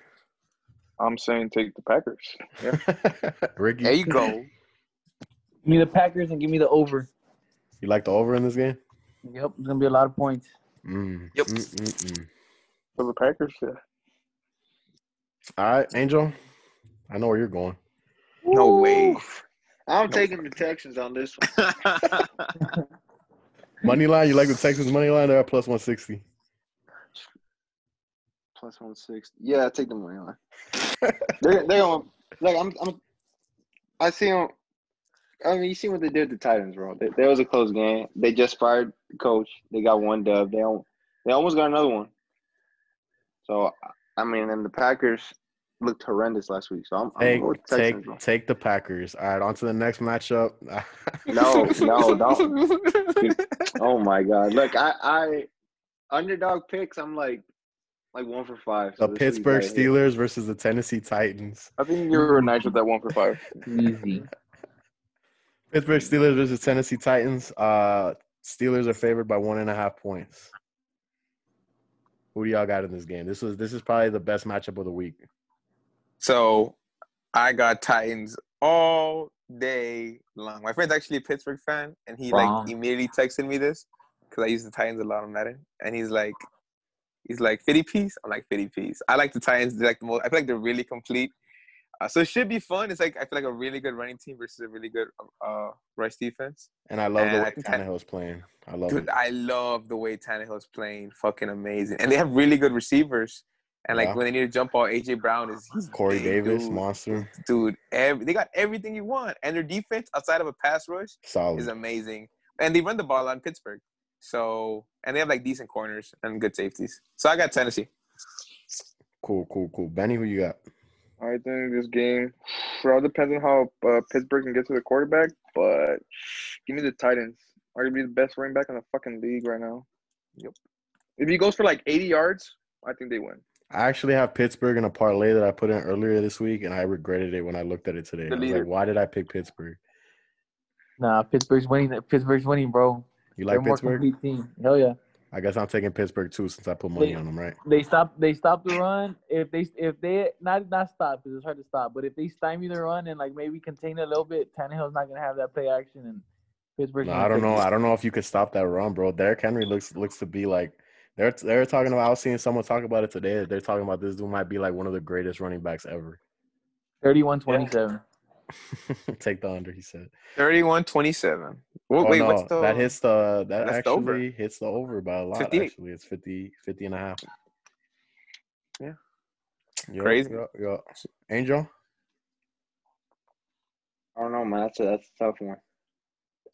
S1: I'm saying take the Packers. Yeah.
S2: Ricky,
S4: There you go.
S5: Give me the Packers and give me the over.
S2: you like the over in this game?
S5: Yep, it's gonna be a lot of points.
S2: Mm,
S4: Yep.
S2: mm, mm, mm.
S1: For the Packers, yeah.
S2: All right, Angel. I know where you're going.
S4: No way.
S3: I'm taking the Texans on this one.
S2: Money line. You like the Texas money line? They're at plus one sixty.
S3: Plus one six. Yeah, take the money line. they're they're going. Like I'm, I'm. I see them. I mean, you see what they did with the Titans, bro. They, there was a close game. They just fired the coach. They got one dub. They al- they almost got another one. So I mean, and the Packers, looked horrendous last week, so I'm, I'm
S2: Take
S3: going with
S2: take
S3: Texans. bro.
S2: take the Packers. All right, on to the next matchup.
S3: No, no,
S4: don't.
S3: Oh my god! Look, I, I underdog picks. I'm like, like one for five. so this
S2: the
S3: week
S2: Pittsburgh
S3: I hit.
S2: Steelers versus the Tennessee Titans.
S1: I think you were nice with that one for five.
S5: Easy.
S2: Pittsburgh Steelers versus Tennessee Titans. Uh, Steelers are favored by one and a half points. Who do y'all got in this game? This was this is probably the best matchup of the week.
S4: So I got Titans all day long. My friend's actually a Pittsburgh fan, and he
S5: Wow.
S4: like immediately texted me this because I use the Titans a lot on Madden, and he's like, he's like 50 piece. I'm like 50 piece. I like the Titans. They like the most. I feel like they're really complete. Uh, so it should be fun. It's like I feel like a really good running team versus a really good uh, rush defense.
S2: And I love the
S4: And
S2: way
S4: I think-
S2: Tannehill's playing. I love
S4: Dude,
S2: it.
S4: I love the way Tannehill's playing. Fucking amazing, and they have really good receivers. And like
S2: Yeah.
S4: when they need to jump ball, AJ Brown is he's
S2: Corey
S4: big,
S2: Davis,
S4: dude
S2: monster,
S4: dude. Every, they got everything you want, and their defense outside of a pass rush is
S2: solid.
S4: amazing. And they run the ball on Pittsburgh, so and they have like decent corners and good safeties. So I got Tennessee.
S2: Cool, cool, cool. Benny, who you got?
S1: I think this game it all depends on how uh, Pittsburgh can get to the quarterback, but give me the Titans. Are gonna be the best running back in the fucking league right now. Yep. If he goes for like 80 yards, I think they win.
S2: I actually have Pittsburgh in a parlay that I put in earlier this week, and I regretted it when I looked at it today.
S4: The
S2: I was like,
S4: leader.
S2: why did I pick Pittsburgh?
S5: Nah, Pittsburgh's winning. Pittsburgh's winning, bro.
S2: You
S5: They're a
S2: like
S5: more
S2: Pittsburgh?
S5: complete team. Hell yeah.
S2: I guess I'm taking Pittsburgh too since I put money
S5: They-
S2: on them, right?
S5: They stop. They stop the run. If they if they not not stop because it's hard to stop. But if they stymie the run and like maybe contain it a little bit, Tannehill's not gonna have that play action and Pittsburgh's.
S2: No,
S5: gonna
S2: I don't
S5: take
S2: know.
S5: it.
S2: I don't know if you could stop that run, bro. Derrick Henry looks looks to be like they're they're talking about. I was seeing someone talk about it today. that They're talking about this dude might be like one of the greatest running backs ever.
S5: 31-27.
S2: Take the under, he said.
S4: 31-27. Whoa,
S2: oh
S4: wait,
S2: no,
S4: what's the
S2: that hits the that
S4: that's the
S2: actually
S4: over.
S2: hits the over by a lot.
S4: 58.
S2: Actually, it's 50, 50 and a half.
S4: Yeah.
S2: Yup,
S4: Crazy.
S2: yup, yup. Angel,
S3: I don't know, man. That's a, that's a tough one.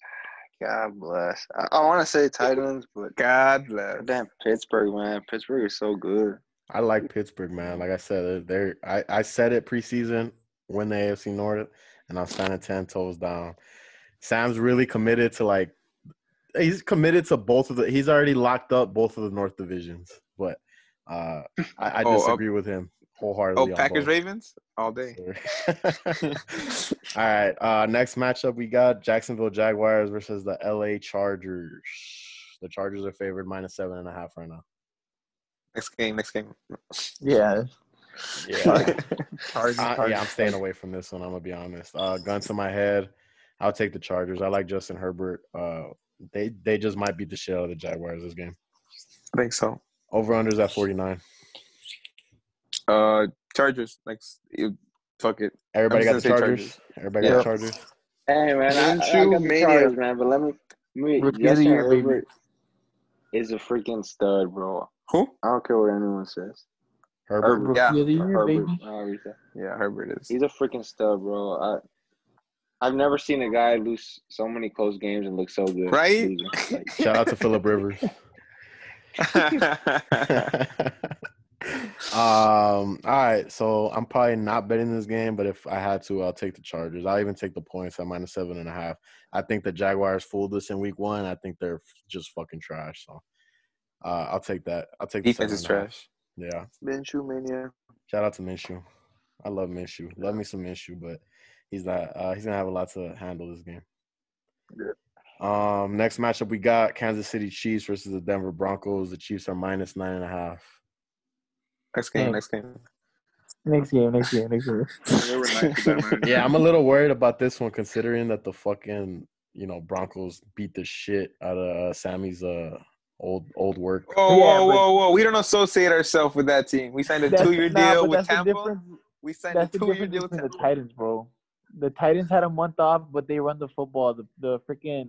S3: Ah,
S4: God bless.
S3: I, I want to say Titans, but
S4: God bless.
S3: damn Pittsburgh, man. Pittsburgh is so good.
S2: I like Pittsburgh, man. Like I said, they're they're- I I said it preseason when the AFC North, and I'm standing ten toes down. Sam's really committed to like he's committed to both of the. He's already locked up both of the North divisions, but uh, I, I
S4: Oh, up-
S2: disagree with him
S4: Oh,
S2: wholeheartedly. on
S4: Packers
S2: both.
S4: Ravens all day.
S2: All right. Uh, next matchup we got Jacksonville Jaguars versus the LA Chargers. The Chargers are favored minus seven and a half right now.
S4: Next game, next game.
S5: Yeah.
S2: Yeah,
S5: Chargers,
S2: I,
S5: Chargers.
S2: Uh, yeah, I'm staying away from this one. I'm gonna be honest. Uh, gun to my head, I'll take the Chargers. I like Justin Herbert. Uh, they they just might beat the shit out of the Jaguars this game.
S4: I think so.
S2: Over unders at 49.
S4: Uh, Chargers next. You, fuck it.
S2: Everybody got
S4: just
S2: the
S4: gonna say
S2: Chargers.
S4: Chargers.
S2: Everybody got
S4: Yeah.
S2: the Chargers.
S3: Hey man, I, I
S1: Minshew
S3: got the
S1: Mania.
S3: Chargers, man. But let me, me
S5: Rookie of the
S3: Justin
S5: year, baby.
S3: Herbert is a freaking stud, bro.
S4: Who?
S3: I don't care what anyone says.
S2: Herbert.
S5: Rookie
S4: Yeah.
S5: of the
S3: Or
S5: year,
S3: Herbert,
S5: baby.
S3: however you say.
S4: Yeah, Herbert is.
S3: He's a freaking stud, bro. I, I've never seen a guy lose so many close games and look so good.
S4: Right?
S3: losing. Like,
S2: Shout out to Philip Rivers. um. All right. So I'm probably not betting this game, but if I had to, I'll take the Chargers. I'll even take the points at minus seven and a half. I think the Jaguars fooled us in week one. I think they're f- just fucking trash. So uh, I'll take that. I'll take the
S4: Defense is
S2: seven and a half.
S4: trash.
S2: Yeah.
S1: Minshew Mania.
S2: Shout out to Minshew. I love Minshew. Love me some Minshew, but he's not. Uh, he's gonna have a lot to handle this game.
S1: Yeah.
S2: Um. Next matchup we got Kansas City Chiefs versus the Denver Broncos. The Chiefs are minus nine and a half.
S4: Next game,
S5: Yeah.
S4: next game.
S5: Next game. Next game. Next game.
S1: They were nice with that, man.
S2: yeah, I'm a little worried about this one considering that the fucking you know Broncos beat the shit out of uh, Sammy's uh old old work.
S4: Whoa,
S5: Yeah,
S4: whoa,
S5: but-
S4: whoa, whoa. We don't associate ourselves with that team. We signed a
S5: That's-
S4: two year
S5: nah,
S4: deal
S5: but
S4: with
S5: that's the
S4: Tampa.
S5: difference-
S4: We signed a
S5: That's the
S4: two year
S5: difference
S4: deal with
S5: between the
S4: Tampa.
S5: Titans, bro. The Titans had a month off, but they run the football. The the freaking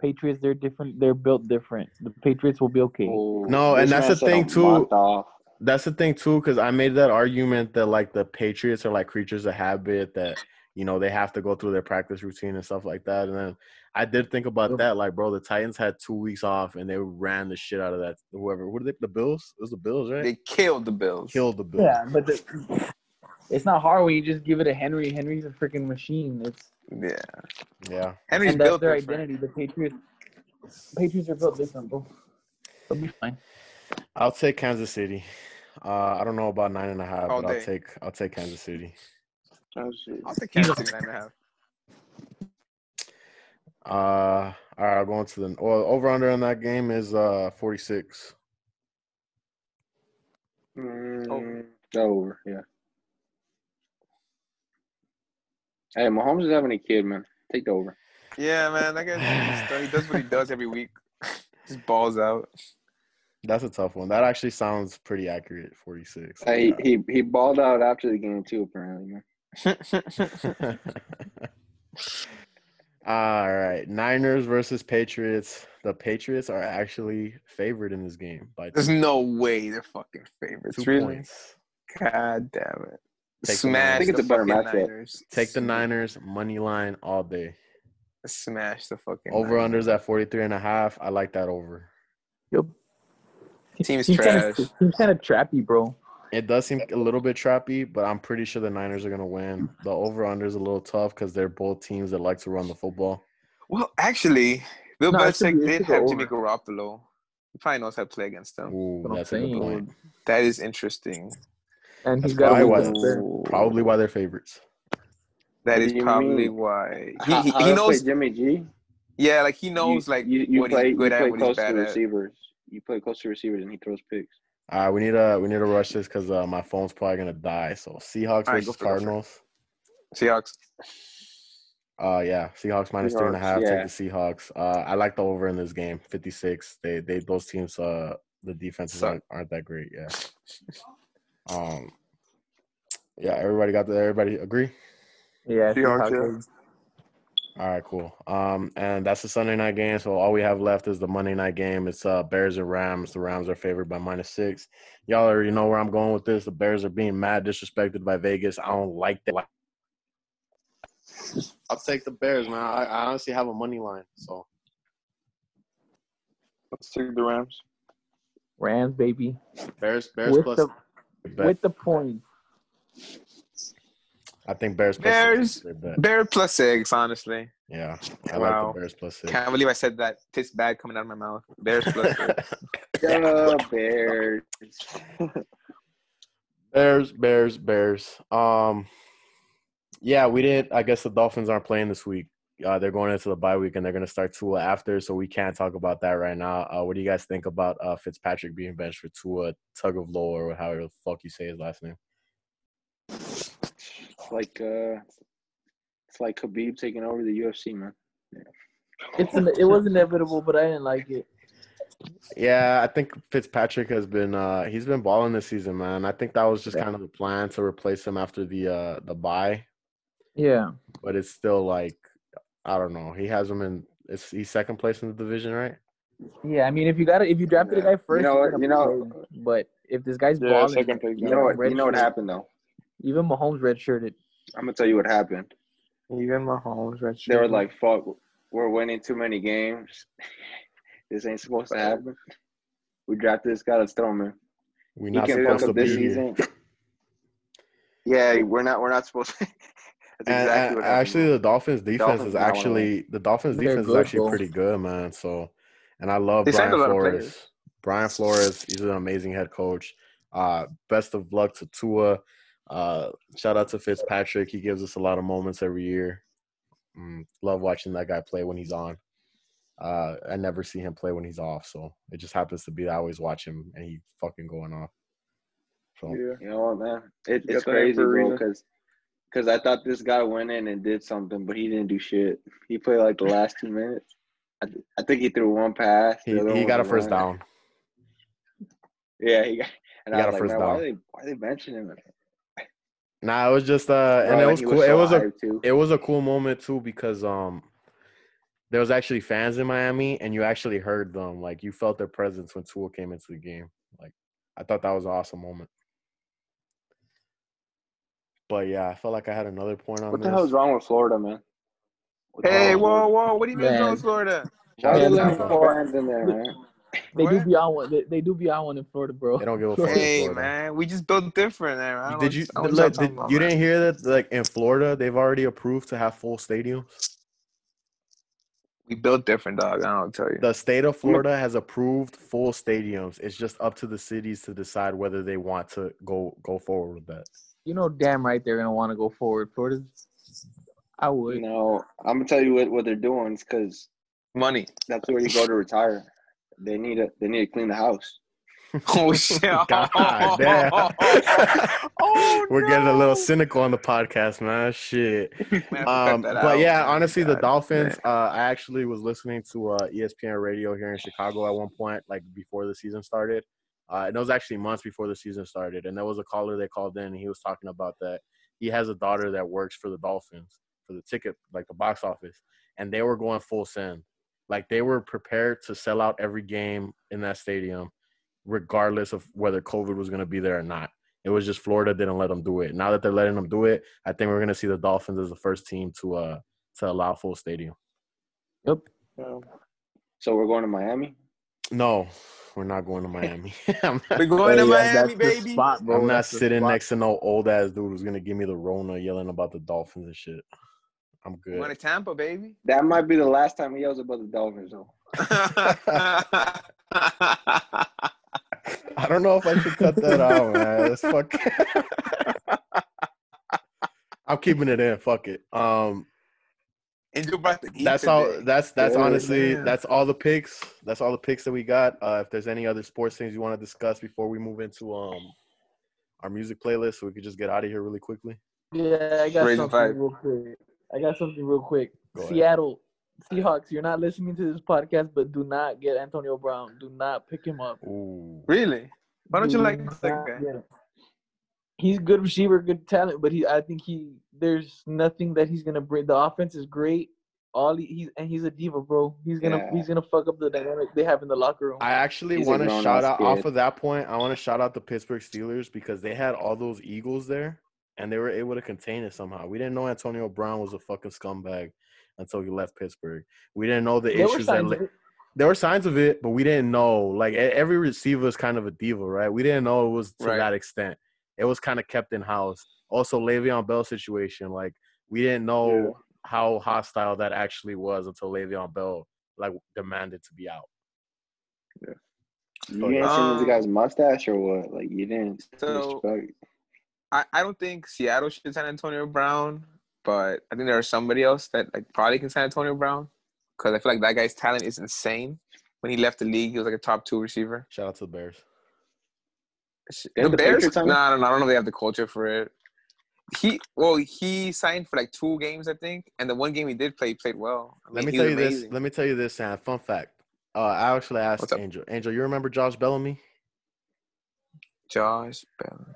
S5: Patriots, they're different. They're built different. The Patriots will be okay.
S3: oh,
S2: No,
S3: this
S2: and that's
S3: man
S2: the
S3: said a
S2: thing, too.
S3: month off.
S2: That's the thing too, because I made that argument that like the Patriots are like creatures of habit that you know they have to go through their practice routine and stuff like that. And then I did think about
S5: Yep.
S2: that, like bro, the Titans had two weeks off and they ran the shit out of that whoever. What are they? The Bills? It was the Bills, right?
S4: They killed the Bills.
S2: killed the Bills.
S5: Yeah, but the, It's not hard when you just give it to Henry. Henry's a freaking machine. It's
S4: Yeah.
S2: Yeah.
S4: Henry's
S5: and that's
S4: built
S5: their
S4: different.
S5: identity. The Patriots, Patriots are built different, bro. They'll be fine.
S2: I'll take Kansas City. Uh, I don't know about nine and a half,
S4: All
S2: but I'll
S4: day.
S2: take I'll take Kansas City.
S1: Oh, shit.
S4: I'll take Kansas City nine and a half.
S2: Uh, all right, I'll go into the well, over under on that game is uh 46.
S1: Mm,
S3: Over, yeah. Hey, Mahomes is having a kid, man. Take the over.
S4: Yeah, man. That guy, just- he does what he does every week. Just balls out.
S2: That's a tough one. That actually sounds pretty accurate. 46.
S3: Uh, he, he he balled out after the game too, apparently, man.
S2: All right, Niners versus Patriots. The Patriots are actually favored in this game by
S4: There's
S2: two,
S4: no way they're fucking favorites.
S2: two
S4: really?
S2: points.
S4: God damn it.
S2: Take the Niners.
S4: Smash
S2: I
S4: the,
S2: think
S3: it's a better
S4: fucking
S3: matchup.
S4: Niners.
S2: Take the Niners money line all day.
S4: Smash the fucking
S2: Over
S4: Niners.
S2: unders at 43 and a half. I like that over.
S4: Team's
S5: Kinda,
S4: trash.
S5: team's kind of trappy, bro.
S2: It does seem a little bit trappy, but I'm pretty sure the Niners are going to win. The over under is a little tough because they're both teams that like to run the football.
S4: Well, actually, Bill
S5: No, it should
S4: Belichick
S5: be- it
S4: did
S5: should go
S4: have Jimmy
S5: over.
S4: Garoppolo. He probably knows how to play against them.
S2: Ooh,
S5: what I'm
S2: that's a good
S5: saying.
S2: point.
S4: That is interesting.
S5: And
S2: That's
S5: he's got
S2: probably
S5: a
S2: why,
S5: week off
S2: that's
S5: there.
S2: probably why they're favorites.
S3: What
S4: That is
S3: do you
S4: probably
S3: mean?
S4: why he,
S3: How,
S4: he,
S3: how
S4: he
S3: to play
S4: knows.
S3: Jimmy G?
S4: Yeah, like he knows
S3: You-
S4: like
S3: you, you
S4: what
S3: play,
S4: he's good
S3: you
S4: at,
S3: play
S4: what he's
S3: close to
S4: bad at.
S3: receivers. You play close to receivers, and he throws picks.
S2: All right, we need to we need to rush this because uh, my phone's probably gonna die. So Seahawks
S4: All right,
S2: versus
S4: go for it, go for it.
S2: Cardinals.
S4: Seahawks.
S2: Uh, yeah, Seahawks minus three and a
S3: Seahawks,
S2: half.
S3: yeah.
S2: Take the Seahawks. Uh, I like the over in this game, fifty six. They they those teams. Uh, the defenses
S4: Suck.
S2: aren't, aren't that great. Yeah. Um. Yeah, everybody got that. Everybody agree.
S5: Yeah,
S4: Seahawks,
S5: Seahawks.
S4: yeah.
S2: All right, cool. Um, and that's the Sunday night game. So all we have left is the Monday night game. It's uh Bears and Rams. The Rams are favored by minus six. Y'all already know where I'm going with this. The Bears are being mad disrespected by Vegas. I don't like that. I'll take the Bears, man. I, I honestly have a money line. So
S1: Let's take the Rams.
S5: Rams, baby.
S2: Bears, Bears
S5: With
S2: plus.
S5: the
S2: bet.
S5: with the points.
S2: I think Bears plus
S4: Bears.
S2: six. is a good bet.
S4: Bear plus six, honestly.
S2: Yeah, I
S4: Wow.
S2: like the Bears plus six.
S4: Can't believe I said that. Tastes bad coming out of my mouth. Bears plus six.
S3: Yeah, Bears.
S2: Bears, Bears, Bears. Um, yeah, we didn't. I guess the Dolphins aren't playing this week. Uh, they're going into the bye week and they're going to start Tua after, so we can't talk about that right now. Uh, what do you guys think about uh, Fitzpatrick being benched for Tua Tug of Lore or however the fuck you say his last name?
S3: It's like uh, it's like Khabib taking over the UFC, man.
S5: It's in it was inevitable, but I didn't like it.
S2: Yeah, I think Fitzpatrick has been uh, he's been balling this season, man. I think that was just kind of the plan to replace him after the uh, the bye,
S5: Yeah.
S2: but it's still like I don't know. He has him in. It's he's second place in the division, right?
S5: Yeah, I mean if you got it if you drafted
S3: Yeah.
S5: a guy first,
S3: You know
S5: you're
S3: what-
S5: gonna
S3: you
S5: play
S3: know-
S5: him. but if this guy's
S1: Yeah,
S5: balling,
S1: second pick.
S3: You know what? You know what
S5: Redshirted.
S3: happened though.
S5: even Mahomes redshirted.
S3: I'm gonna tell you what happened.
S4: Even Mahomes, right?
S3: They were like, "Fuck, we're winning too many games. this ain't supposed to happen." We drafted this guy. Let's throw him in.
S2: We're
S3: He
S2: not
S3: can fuck
S2: supposed to
S3: up this
S2: be here.
S3: season. Yeah, we're not. We're not supposed to. That's
S2: And,
S3: exactly
S2: and
S3: what happened.
S2: actually, the Dolphins' defense
S3: Dolphins
S2: is
S3: not one of
S2: actually the Dolphins'
S5: They're
S2: defense is
S5: good,
S2: actually
S5: though.
S2: pretty good, man. So, and I love
S4: They signed
S2: Brian
S4: a lot of
S2: Flores.
S4: players.
S2: Brian Flores, he's an amazing head coach. Uh, best of luck to Tua. Uh, shout out to Fitzpatrick. He gives us a lot of moments every year. Mm, love watching that guy play when he's on. Uh, I never see him play when he's off, so it just happens to be I always watch him and he fucking going off. So
S1: Yeah.
S3: You know what, man? It,
S1: You
S3: it's
S1: got that in
S3: crazy,
S1: for a
S3: bro.
S1: reason.
S3: Because because I thought this guy went in and did something, but he didn't do shit. He played like the last two minutes. I, th- I think he threw one pass. the
S2: he,
S3: other
S2: he
S3: one
S2: got a
S3: was
S2: first
S3: run.
S2: down.
S3: Yeah, he got. And
S2: He
S3: I
S2: got
S3: was
S2: a
S3: like,
S2: first
S3: man, why
S2: down.
S3: are they why are they benching him?
S2: Nah, it was just uh, and
S3: Bro,
S2: it was
S3: he
S2: cool. it
S3: so
S2: was a
S3: hyped, too.
S2: it was a cool moment too because um there was actually fans in Miami and you actually heard them like you felt their presence when Tua came into the game. Like I thought that was an awesome moment. But yeah, I felt like I had another point on
S3: What
S2: this.
S3: the hell's wrong with Florida, man? What the
S4: Hey,
S3: hell's wrong
S4: whoa,
S3: with-
S2: Oh,
S4: whoa! What do you mean,
S5: Man.
S4: North Florida?
S2: Shout
S3: Why are
S2: out to
S5: Yeah,
S3: they
S5: the
S3: letting
S2: Tampa.
S5: Florida-
S3: fans in there, man?
S5: They do
S4: What?
S5: be on one. They, they do be on one in Florida, bro.
S2: They don't give a fuck. in
S4: Hey
S2: Florida.
S4: man, we just built different. Man. I don't
S2: Did you
S4: I don't know
S2: look,
S4: what y'all
S2: did-
S4: talking
S2: you
S4: about, man.
S2: didn't hear that? Like in Florida, they've already approved to have full stadiums.
S4: We built different, dog. I don't tell you.
S2: The state of Florida has approved full stadiums. It's just up to the cities to decide whether they want to go go forward with that.
S5: You know, damn right they're gonna want to go forward. Florida's. I would.
S3: No, I'm gonna tell you what, what they're doing is because
S4: Money.
S3: that's where you go to retire. They need to they need to clean the house.
S4: Oh shit.
S2: God damn.
S4: Oh,
S2: We're getting a
S4: no.
S2: little cynical on the podcast, man. Shit.
S4: Man, I
S2: Um,
S4: cut that
S2: but
S4: out,
S2: yeah,
S4: man.
S2: honestly, the
S4: God
S2: Dolphins.
S4: damn.
S2: Uh, I actually was listening to uh, ESPN radio here in Chicago at one point, like before the season started. Uh, and it was actually months before the season started. And there was a caller they called in, and he was talking about that he has a daughter that works for the Dolphins for the ticket, like the box office, and they were going full send. Like they were prepared to sell out every game in that stadium, regardless of whether COVID was going to be there or not. It was just Florida didn't let them do it. Now that they're letting them do it, I think we're gonna see the Dolphins as the first team to uh to allow full stadium.
S3: So we're going to Miami.
S2: No, we're not going to Miami. I'm not,
S4: We're going to
S5: Hey, that-
S4: Miami,
S5: that's the
S4: baby.
S5: spot, bro.
S2: I'm not
S5: That's the
S2: sitting
S5: spot.
S2: next to no old ass dude who's gonna give me the Rona yelling about the Dolphins and shit. I'm
S4: We're going to
S2: good.
S4: Tampa, baby.
S3: That might be the last time he yells about the Dolphins though.
S2: I don't know if I should cut that out, man. That's fuck. I'm keeping it in. Fuck it. Um,
S4: and you brought the heat
S2: that's
S4: today.
S2: all. That's that's
S3: Yeah,
S2: honestly
S4: yeah.
S2: that's all the picks. That's all the picks that we got. Uh, if there's any other sports things you want to discuss before we move into um our music playlist, so we could just get out of here really quickly.
S5: Yeah, I got
S4: Raising
S5: something
S4: five.
S5: real quick. I got something real quick.
S2: Go ahead.
S5: Seattle Seahawks, you're not listening to this podcast, but do not get Antonio Brown. Do not pick him up.
S2: Ooh.
S4: Really? Why don't you
S5: Do
S4: like this
S5: not
S4: guy?
S5: get him. Mm-hmm. He's a good receiver, good talent, but he I think he there's nothing that he's gonna bring. The offense is great. All he, he's and he's a diva, bro. He's gonna
S3: Yeah.
S5: he's gonna fuck up the dynamic they have in the locker room.
S2: I actually
S3: He's a
S2: want to
S3: grown-ass
S2: shout out
S3: kid.
S2: off of that point. I want to shout out the Pittsburgh Steelers because they had all those Eagles there and they were able to contain it somehow. We didn't know Antonio Brown was a fucking scumbag until he left Pittsburgh. We didn't know the
S5: There were
S2: issues that
S5: signs
S2: li-
S5: of it.
S2: there were signs of it, but we didn't know. Like e- every receiver is kind of a diva, right? We didn't know it was to
S4: Right.
S2: that extent. It was kind of kept in house. Also, Le'Veon Bell situation, like we didn't know
S3: Yeah.
S2: how hostile that actually was until Le'Veon Bell like demanded to be out.
S3: You
S2: Oh,
S3: didn't
S2: yeah.
S3: see
S4: Um,
S3: this guy's mustache or what? Like you didn't
S4: So-
S3: respect.
S4: I, I don't think Seattle should sign Antonio Brown, but I think there's somebody else that like probably can sign Antonio Brown because I feel like that guy's talent is insane. When he left the league, he was like a top two receiver.
S2: Shout out to the Bears.
S4: Sh-
S3: They
S4: The
S3: have the
S4: Bears?
S3: Patriots
S4: No,
S3: on
S4: no, no, I don't know. if They have the culture for it. He well, he signed for like two games, I think, and the one game he did play, he played well. I
S2: Let
S4: mean,
S2: me
S4: he
S2: tell
S4: was
S2: you this.
S4: amazing.
S2: Let me tell you this, Sam. Fun fact. Uh, I actually asked
S4: What's up?
S2: Angel. Angel, you remember Josh Bellamy?
S4: Josh Bell.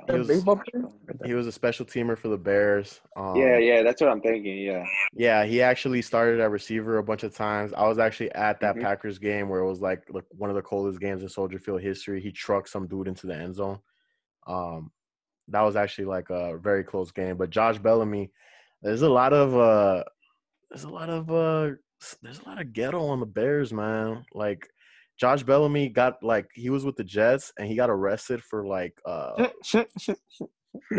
S2: He
S5: They're
S2: was-
S5: big bumpers.
S2: He was a special teamer for the Bears. Um,
S3: Yeah, yeah, that's what I'm thinking. Yeah,
S2: Yeah, he actually started at receiver a bunch of times. I was actually at that
S3: Mhm.
S2: Packers game where it was like like one of the coldest games in Soldier Field history. He trucked some dude into the end zone. Um, that was actually like a very close game. But Josh Bellamy, there's a lot of uh, there's a lot of uh, s- there's a lot of ghetto on the Bears, man. Like Josh Bellamy got like he was with the Jets and he got arrested for like uh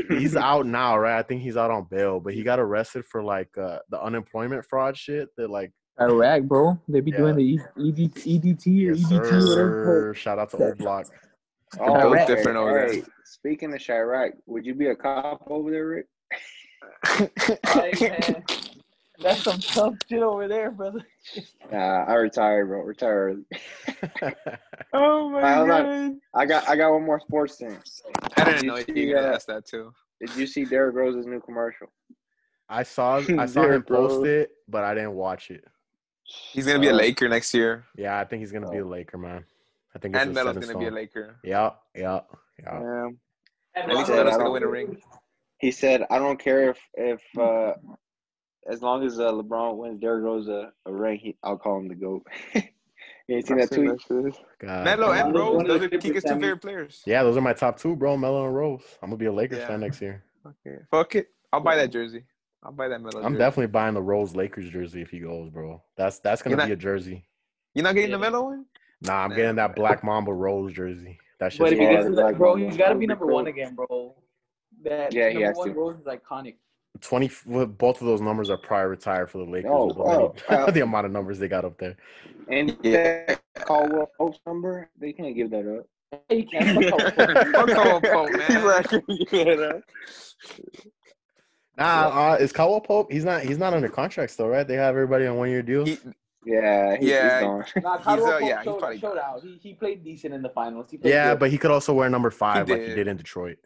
S2: he's out now, right? I think he's out on bail, but he got arrested for like uh the unemployment fraud shit that like
S5: Iraq, bro. They be
S2: Yeah.
S5: doing the E, ED, EDT or
S2: yes,
S5: EDT, whatever.
S2: sir. Shout out to Old Block.
S4: That was
S3: Oh, hey,
S4: different over there.
S3: hey, Speaking of Chirac, would you be a cop over there, Rick?
S5: Like, man, that's some tough shit over there, brother.
S3: Nah, I retired, bro. Retire. early.
S5: Oh my
S3: Alright, hold on. I got, I got one more sports thing.
S4: I didn't know you
S3: Did
S4: were
S3: you,
S4: gonna
S3: uh,
S4: ask that too.
S3: did you see Derrick Rose's new commercial?
S2: I saw I saw
S1: Yeah,
S2: him
S1: bro.
S2: post it, but I didn't watch it.
S4: He's gonna be a
S3: Uh,
S4: Laker next year,
S2: Yeah, I think he's gonna be
S5: Oh.
S2: a Laker, man. I think it's
S4: and
S2: a set
S4: Melo's
S2: in
S4: gonna be a
S2: stone.
S4: Laker.
S2: Yeah, yeah, yeah.
S1: Yeah.
S4: At least
S3: Hey,
S4: Melo's
S3: I
S4: gonna
S3: don't-
S4: win a ring.
S3: He said, "I don't care if, if, uh, as long as uh, LeBron wins Derrick Rose a, a ring, he, I'll call him the goat." you ain't seen that tweet?
S2: God
S4: Melo
S2: damn.
S3: Melo's
S4: and Rose,
S3: one of
S4: those
S3: the
S4: are Kika's
S3: cheapest
S4: two
S3: diamonds.
S4: favorite players.
S2: Yeah, those are my top two, bro. Melo and Rose. I'm gonna be a Lakers
S4: Yeah.
S2: fan next year.
S4: Okay. Fuck it. I'll buy that jersey. I'll buy that Melo.
S2: I'm
S4: jersey.
S2: definitely buying the Rose Lakers jersey if he goes, bro. That's that's gonna
S4: You're
S2: be
S4: not-
S2: a jersey.
S4: You're not getting the Melo one?
S2: Nah, I'm
S4: Nah,
S2: getting that
S4: man.
S2: Black Mamba Rose jersey. That
S5: But
S2: shit's
S5: if he
S3: Yeah,
S5: gets
S2: hard.
S5: to
S3: Black
S5: that, bro,
S3: Mamba,
S5: he's got
S3: that
S5: to
S3: would
S5: be
S3: be
S5: number
S3: cool.
S5: one again, bro. That
S3: Yeah, he
S5: number
S3: has
S5: one
S3: to.
S5: rose is iconic.
S2: Twenty. well, Both of those numbers are probably retired for the Lakers.
S3: Oh,
S2: with how many-
S3: oh, uh,
S2: the amount of numbers they got up there.
S3: And
S4: Yeah.
S3: that Caldwell Pope number, they can't give that up.
S5: Hey, you can't fuck up, bro.
S4: Fuck Caldwell Pope, man.
S3: I can't give that up.
S2: Nah, uh, is Caldwell Pope? He's not. He's not under contract still, right? They have everybody on one year deals.
S4: He-
S3: Yeah, he,
S4: Yeah.
S3: yeah. he's gone.
S5: Nah,
S4: He's,
S5: Caldwell
S4: uh,
S5: Pope
S4: yeah, he's
S5: showed,
S4: probably-
S5: showed out. He, he played decent in the finals. He played
S2: yeah,
S5: good.
S2: but he could also wear number five like he
S4: did.
S2: did in Detroit.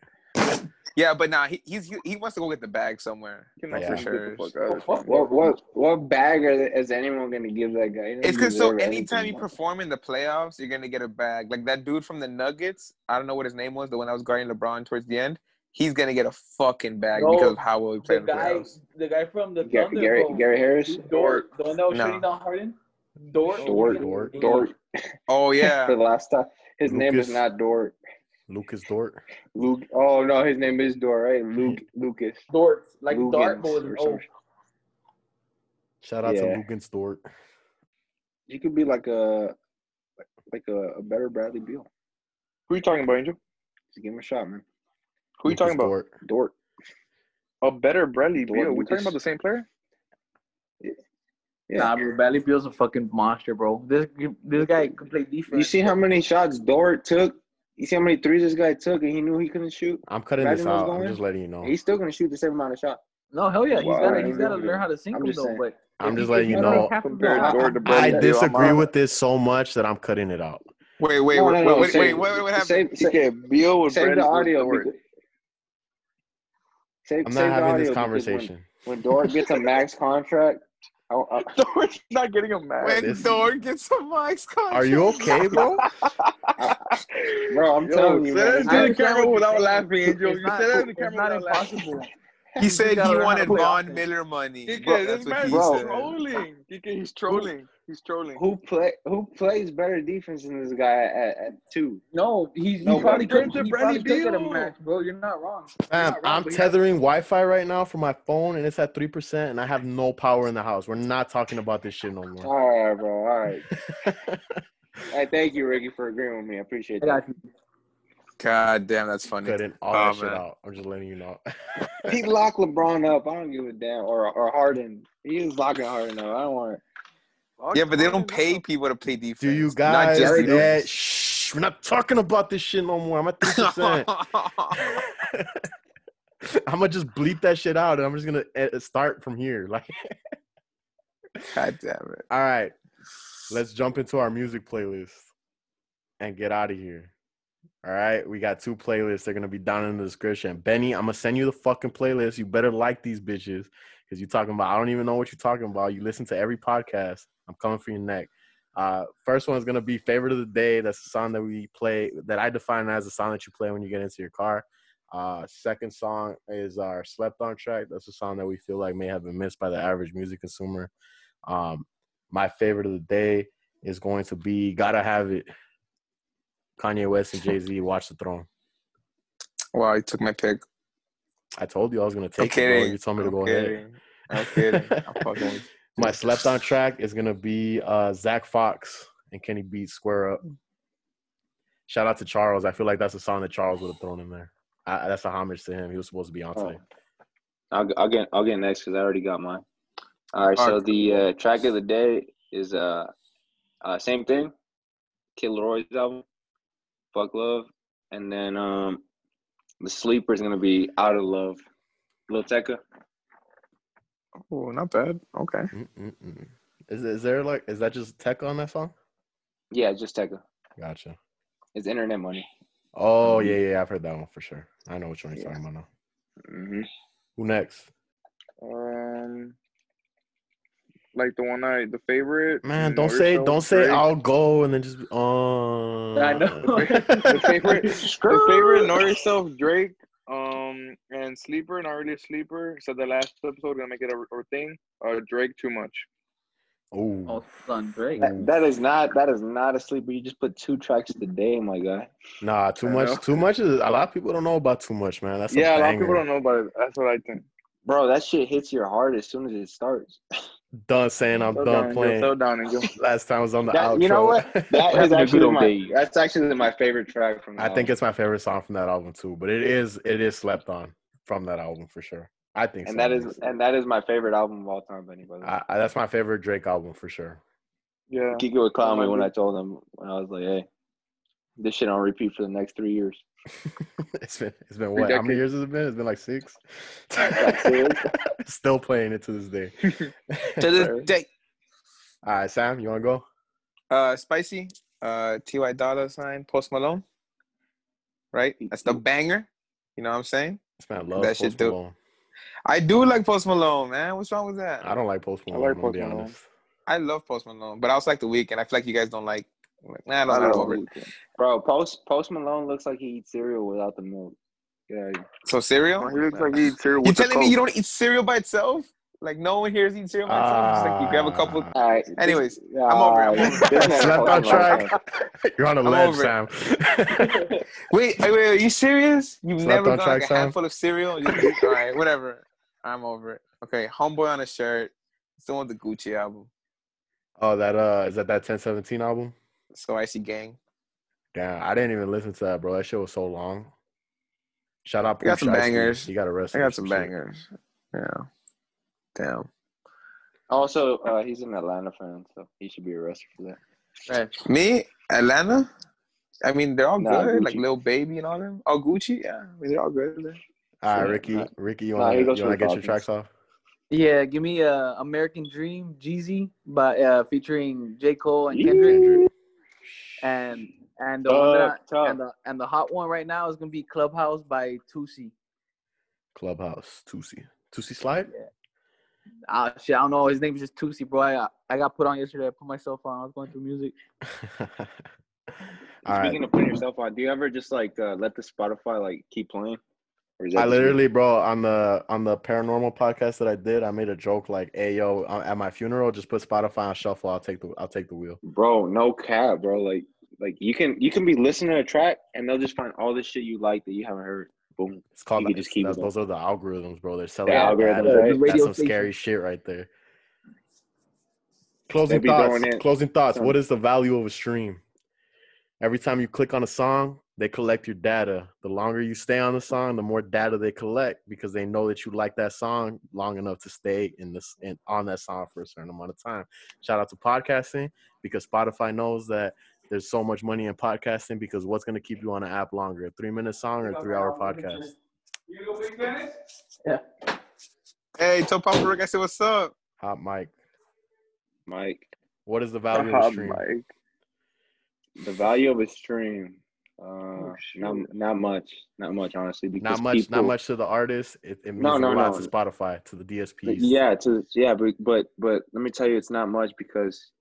S4: yeah, but nah, he, he's he, he wants to go get the bag somewhere.
S1: Can
S2: Yeah.
S1: I
S4: For
S1: freaking
S4: sure.
S1: get the fuck out of
S5: Oh, fuck.
S1: here.
S3: What what what bag are they, is anyone gonna give that guy? He doesn't
S4: It's because so
S3: deserve
S4: anytime you
S3: anything.
S4: perform in the playoffs, you're gonna get a bag. Like that dude from the Nuggets, I don't know what his name was, the one that was guarding LeBron towards the end. He's gonna get a fucking bag
S5: No,
S4: because of how well he played
S5: the
S4: in the
S5: guy,
S4: playoffs.
S5: the guy from the
S3: Gar-
S5: Thunder,
S3: Gary
S5: bro.
S3: Gary Harris,
S5: Dort, the one that was
S4: No.
S5: shooting down Harden. Dort.
S3: Dort,
S2: Dort,
S3: Dort.
S4: Oh
S3: For
S4: yeah,
S3: the last time, his name
S2: Lucas.
S3: is not Dort.
S2: Lucas Dort.
S3: Luke. Oh no, his name is Dort, right? Luke Lucas.
S5: Dort, like
S3: Lugans
S5: Dart, but with an
S3: or some
S5: O.
S3: shit.
S2: Shout out
S3: Yeah.
S2: to Lucas Dort.
S3: He could be like a like a, a better Bradley Beal.
S1: Who are you talking about, Angel?
S3: Just give him a shot, man.
S1: Who are you
S2: Lucas
S1: talking about?
S2: Dort.
S3: Dort.
S1: A better Bradley
S3: Dor-
S1: Beal. We
S3: Lucas.
S1: talking about the same player?
S3: Yeah.
S5: Nah, bro, Bradley Beal's a fucking monster, bro. This this guy can play defense.
S3: You see how many shots Dort took? You see how many threes this guy took, and he knew he couldn't shoot.
S2: I'm cutting
S3: Imagine
S2: this
S3: what's
S2: out. I'm
S3: going.
S2: just letting you know.
S3: He's still gonna shoot the same amount of shots.
S5: No, hell yeah, he's
S1: Wow.
S5: gotta he's gotta learn how to sink
S3: I'm
S5: them
S3: just
S5: though.
S3: saying.
S5: But
S2: I'm
S5: if
S2: just
S5: he-
S2: letting
S5: if
S2: you
S5: he on't
S2: know.
S5: half of
S1: Compared
S5: that-
S1: Dort to
S2: I
S1: Bradley Beal.
S2: disagree
S3: uh,
S1: I'm
S2: with this so much that I'm cutting it out.
S4: wait, wait,
S3: No,
S4: wait,
S3: no,
S4: wait,
S3: no,
S4: wait,
S3: save-
S4: wait, wait, what happened?
S3: Save, save,
S1: Okay, Beal with
S3: save
S1: Bradley
S3: the audio.
S1: with Dort.
S3: Because, save,
S2: I'm
S3: save
S2: not
S3: the
S2: having this
S3: audio because when-
S2: conversation.
S3: When, Dort gets a max contract, I, I,
S1: Dort's not getting a match.
S4: When
S2: this-
S4: Dort gets a max
S3: Oh,
S4: contract,
S2: Are you okay, bro?
S3: bro, I'm telling you,
S1: Say
S3: man.
S1: that to the
S5: understand what
S1: camera
S5: you're
S1: without
S5: saying.
S1: laughing, Angel.
S5: It's
S1: You
S5: not-
S1: said that to the
S5: it's
S1: camera
S5: not
S1: without laughing.
S5: impossible.
S4: He
S5: He's
S4: said
S5: gotta
S4: he
S5: learn how to
S4: wanted
S5: play
S4: Von
S5: offense.
S4: Miller money.
S1: Kike,
S4: That's
S1: this
S4: what
S1: man
S4: he
S1: is
S3: Bro.
S4: said.
S1: trolling. Kike, he's trolling. He's trolling.
S3: Who play? Who plays better defense than this guy at, at two?
S5: No, he's he
S3: Nobody.
S5: probably
S1: Compared
S5: could
S1: to
S5: he
S1: Bradley
S5: probably could get a
S1: Beal.
S5: match, bro. You're not wrong.
S2: Fam,
S5: not wrong,
S2: I'm
S5: but he-
S2: tethering Wi-Fi right now from my phone, and it's at three percent, and I have no power in the house. We're not talking about this shit no more.
S3: All right, bro. All right. Hey, thank you, Ricky, for agreeing with me. I appreciate
S5: I
S3: that.
S5: got you.
S4: God damn, that's funny.
S2: Cutting all
S4: Oh,
S2: that shit
S4: man.
S2: out. I'm just letting you know.
S3: He locked LeBron up. I don't give a damn. Or or Harden. He was locking Harden up. I don't want.
S4: Yeah, but they don't pay people to play defense.
S2: Do you
S4: Not
S2: guys?
S4: just
S5: Yeah, they do.
S2: eh, shh, we're not talking about this shit no more. I'm at three percent. I'm gonna just bleep that shit out, and I'm just gonna eh, start from here. Like,
S4: God damn it.
S2: all right, let's jump into our music playlist and get out of here. All right, we got two playlists. They're gonna be down in the description. Benny, I'm gonna send you the fucking playlist. You better like these bitches because you're talking about. I don't even know what you're talking about. You listen to every podcast. I'm coming for your neck. Uh, first one is gonna be favorite of the day. That's the song that we play. That I define as the song that you play when you get into your car. Uh, second song is our slept on track. That's a song that we feel like may have been missed by the average music consumer. Um, my favorite of the day is going to be "Gotta Have It." Kanye West and Jay Z watch the throne.
S4: Wow, you took my pick.
S2: I told you I was gonna
S4: I'm
S2: take it, bro.
S4: kidding.
S2: You told me to
S4: I'm
S2: go
S4: kidding. I'm kidding. I'm fucking
S2: ahead.
S4: with you.
S2: My slept on track is gonna be uh, Zach Fox and Kenny Beat Square Up. Shout out to Charles. I feel like that's a song that Charles would have thrown in there. I, I- that's a homage to him. He was supposed to be on
S3: Oh.
S2: today.
S3: I'll, I'll get I'll get next because I already got mine. All right,
S4: All
S3: so
S4: right.
S3: the uh, track of the day is uh, uh same thing, Kid Leroy's album, Fuck Love, and then um the sleeper is gonna be Out of Love, Lil Tecca.
S4: Oh, not bad. Okay.
S2: Mm, Mm-mm-mm. Is is there like is that just tech on that song?
S3: Yeah, just Tecca.
S2: Gotcha.
S3: It's internet money.
S2: Oh yeah, yeah, I've heard that one for sure. I know which one you're
S3: Yeah.
S2: talking about now.
S3: hmm
S2: Who next?
S1: Um, like the one I, the favorite.
S2: Man,
S1: mm,
S2: don't
S1: Mauricio,
S2: say don't say
S1: Drake.
S2: I'll go and then just um.
S5: I know.
S1: the favorite, the favorite, know yourself, Drake, um, and sleeper, not really a sleeper. Said the last episode, gonna make it a, a thing. Uh, Drake too much.
S5: Oh,
S2: Ooh.
S5: son, Drake.
S3: That, that is not that is not a sleeper. You just put two tracks a day, my guy.
S2: Nah, too
S1: I know.
S2: much. Too much is a lot of people don't know about too much, man. That's a
S1: yeah, a lot of
S2: banger.
S1: people don't know about it. That's what I think.
S3: Bro, that shit hits your heart as soon as it starts.
S2: done saying I'm
S1: Slow
S2: done
S1: down,
S2: playing.
S1: Angel. Slow down, Angel.
S2: Last time I was on the
S3: That-
S2: outro.
S3: you know That
S1: That's
S3: is
S1: a
S3: actually
S1: good
S3: my.
S1: day.
S3: That's actually my favorite track from.
S2: I think it's my favorite song from that album too. But it is it is slept on from that album for sure. I think
S3: and
S2: so,
S3: that
S2: at
S3: is
S2: least.
S3: and that is my favorite album of all time. Benny, by the way.
S2: I, I, that's my favorite Drake album for sure.
S1: Yeah.
S3: Kiki would clown me
S1: Remember-
S3: when I told him when I was like, "Hey, this shit on repeat for the next three years."
S2: it's been it's been
S1: Three
S2: what? How many
S1: decades.
S2: years has it been? It's been like six.
S3: Like, serious?
S2: Still playing it to this day.
S4: To this
S1: Right.
S4: day,
S2: All right, Sam, you wanna go?
S4: uh, spicy, uh, Ty Dollar Sign, Post Malone, right? That's the banger. You know what I'm saying?
S2: This man loves
S4: That shit
S2: Post
S4: do-
S2: Malone.
S4: I do like Post Malone, man. What's wrong with that?
S2: I don't like Post Malone.
S1: like
S2: I'm gonna
S1: Post
S2: be
S1: Malone.
S2: honest.
S4: I love Post Malone, but I also like The Weeknd. I feel like you guys don't like. Like, nah, I don't
S3: I
S4: know. I'm
S3: love
S4: over it.
S3: Weeknd. Bro, Post Post Malone looks like he eats cereal without the milk. Yeah,
S4: So cereal?
S1: Oh, he looks like he eats cereal
S4: you
S1: with the
S4: telling me you
S1: Coke.
S4: don't eat cereal by itself? Like no one here is eating cereal by itself. It's like you grab a couple.
S2: Ah.
S3: all right.
S4: Anyways, I'm over it, I'm over it.
S3: This nigga
S2: Slept
S3: Post
S2: on
S3: Malone,
S2: Ah. track. You're on a
S4: I'm
S2: ledge,
S4: over
S2: Sam.
S4: Wait, wait, wait, are you serious? You've
S2: Slept
S4: never
S2: on
S4: gone
S2: track,
S4: like a
S2: Sam?
S4: handful of cereal? And just eat? All right, whatever. I'm over it. Okay, homeboy on a shirt. It's the one with the Gucci album.
S2: oh, that uh, is that that 1017 album?
S4: So I see gang.
S2: Damn, I didn't even listen to that, bro. That shit was so long. Shout out,
S4: I got
S2: Pooh
S4: some
S2: Shiesty.
S4: bangers.
S2: You got arrested.
S4: I got
S2: for
S4: some
S2: shit.
S4: bangers. Yeah. Damn.
S3: Also, uh, he's an Atlanta fan, so he should be arrested for that.
S4: Me, Atlanta. I mean, they're all
S3: Nah,
S4: good. Like
S3: Gucci.
S4: Lil Baby and all them. Oh, Gucci. Yeah, I mean, they're all good. man.
S2: All right,
S3: Yeah,
S2: Ricky,
S3: nah.
S2: Ricky, you
S3: Nah,
S2: wanna
S3: he goes
S2: you
S3: for
S2: wanna
S3: the
S2: get your
S3: Falcons.
S2: tracks off?
S5: Yeah, give me uh, American Dream, Jeezy, by uh, featuring J. Cole and
S3: Yee.
S5: Kendrick,
S2: Kendrick.
S5: and and the one
S3: Tough,
S5: that I,
S3: tough.
S5: and the and the hot one right now is gonna be Clubhouse by Tusi.
S2: Clubhouse, Tusi, Tusi Slide.
S5: Uh, shit, I don't know. His name is just Tusi, bro. I got, I got put on yesterday. I put myself on. I was going through music.
S2: All right,
S3: Speaking of putting yourself on, do you ever just like uh, let the Spotify like keep playing? Or is that
S2: I
S3: just me?
S2: literally, bro, on the on the paranormal podcast that I did, I made a joke like, "Hey, yo, I- at my funeral, just put Spotify on shuffle. I'll take the I'll take the wheel."
S3: bro, no cap, bro. Like, like you can you can be listening to a track and they'll just find all the shit you like that you haven't heard. Boom.
S2: It's called
S3: You could
S2: the,
S3: just keep
S2: that's-
S3: it
S2: those are the algorithms, bro. They're selling
S3: The
S2: out
S3: algorithms,
S2: bad.
S5: The
S3: right?
S2: That's
S5: radio
S2: some
S5: station.
S2: scary shit right there. Closing
S3: They be
S2: thoughts.
S3: throwing in
S2: Closing thoughts.
S3: some-
S2: What is the value of a stream? Every time you click on a song, they collect your data. The longer you stay on the song, the more data they collect because they know that you like that song long enough to stay in this and on that song for a certain amount of time. Shout out to podcasting because Spotify knows that there's so much money in podcasting because what's going to keep you on an app longer, a three minute song or a three hour podcast?
S4: Hey, tell Papa Rick I said what's up.
S2: Hot mic.
S3: Mike.
S2: What is the value of a
S1: Oh,
S2: stream?
S1: Mike.
S3: The value of a stream. Uh, not
S1: shoot.
S3: not much, not much, honestly. Because
S2: Not much. Not
S3: people-
S2: much to the artist. It, it means
S3: No, no,
S2: a lot
S3: no.
S2: to Spotify, to the DSPs.
S3: Yeah, to yeah, but but but let me tell you, it's not much because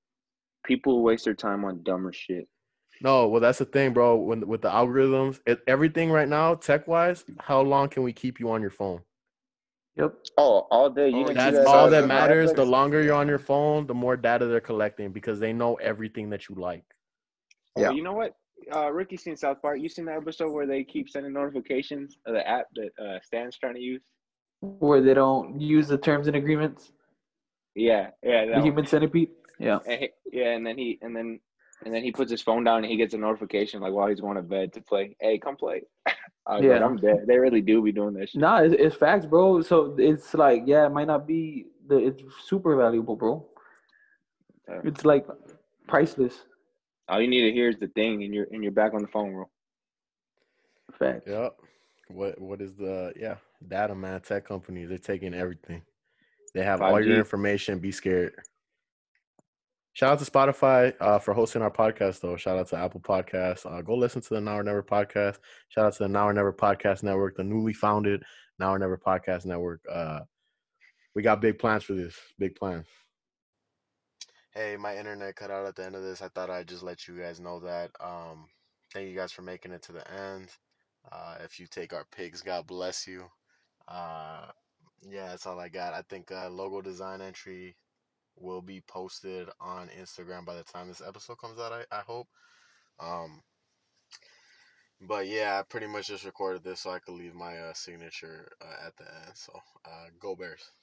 S3: people waste their time on dumber shit.
S2: No, well, that's the thing, bro. When with the algorithms, it, everything right now, tech wise, how long can we keep you on your phone?
S5: Yep.
S3: Oh, all day. You
S4: Oh,
S3: can do
S2: That's
S4: guys
S2: all
S4: saw
S2: that
S4: that on
S2: matters. The
S3: Netflix?
S2: longer you're on your phone, the more data they're collecting because they know everything that you like.
S4: Yeah.
S3: Oh, you know what? Uh, Ricky seen South Park. You seen the episode where they keep sending notifications of the app that uh, Stan's trying to use?
S5: Where they don't use the terms and agreements.
S3: Yeah, yeah, that
S5: The
S3: one.
S5: human centipede. Yeah.
S3: And he, yeah, and then he and then and then he puts his phone down and he gets a notification like while he's going to bed to play. Hey, come play. I was like,
S5: Yeah.
S3: I'm dead. They really do be doing that shit.
S5: Nah, it's, it's facts, bro. So it's like, yeah, it might not be the. It's super valuable, bro.
S3: Yeah.
S5: It's like priceless.
S3: All you need to hear is the thing, and you're and you're back on the phone, bro.
S5: Fact.
S2: Yep. What What is the yeah data man? Tech companies they're taking everything. They have all your
S3: 5G.
S2: information. Be scared. Shout out to Spotify uh, for hosting our podcast, though. Shout out to Apple Podcasts. Uh, go listen to the Now or Never podcast. Shout out to the Now or Never podcast network, the newly founded Now or Never podcast network. Uh, we got big plans for this. Big plans. Hey, my internet cut out at the end of this. I thought I'd just let you guys know that. Um, thank you guys for making it to the end. Uh, if you take our pigs, God bless you. Uh, yeah, that's all I got. I think uh, logo design entry will be posted on Instagram by the time this episode comes out. I, I hope. Um, but yeah, I pretty much just recorded this so I could leave my uh, signature uh, at the end. So uh, go Bears.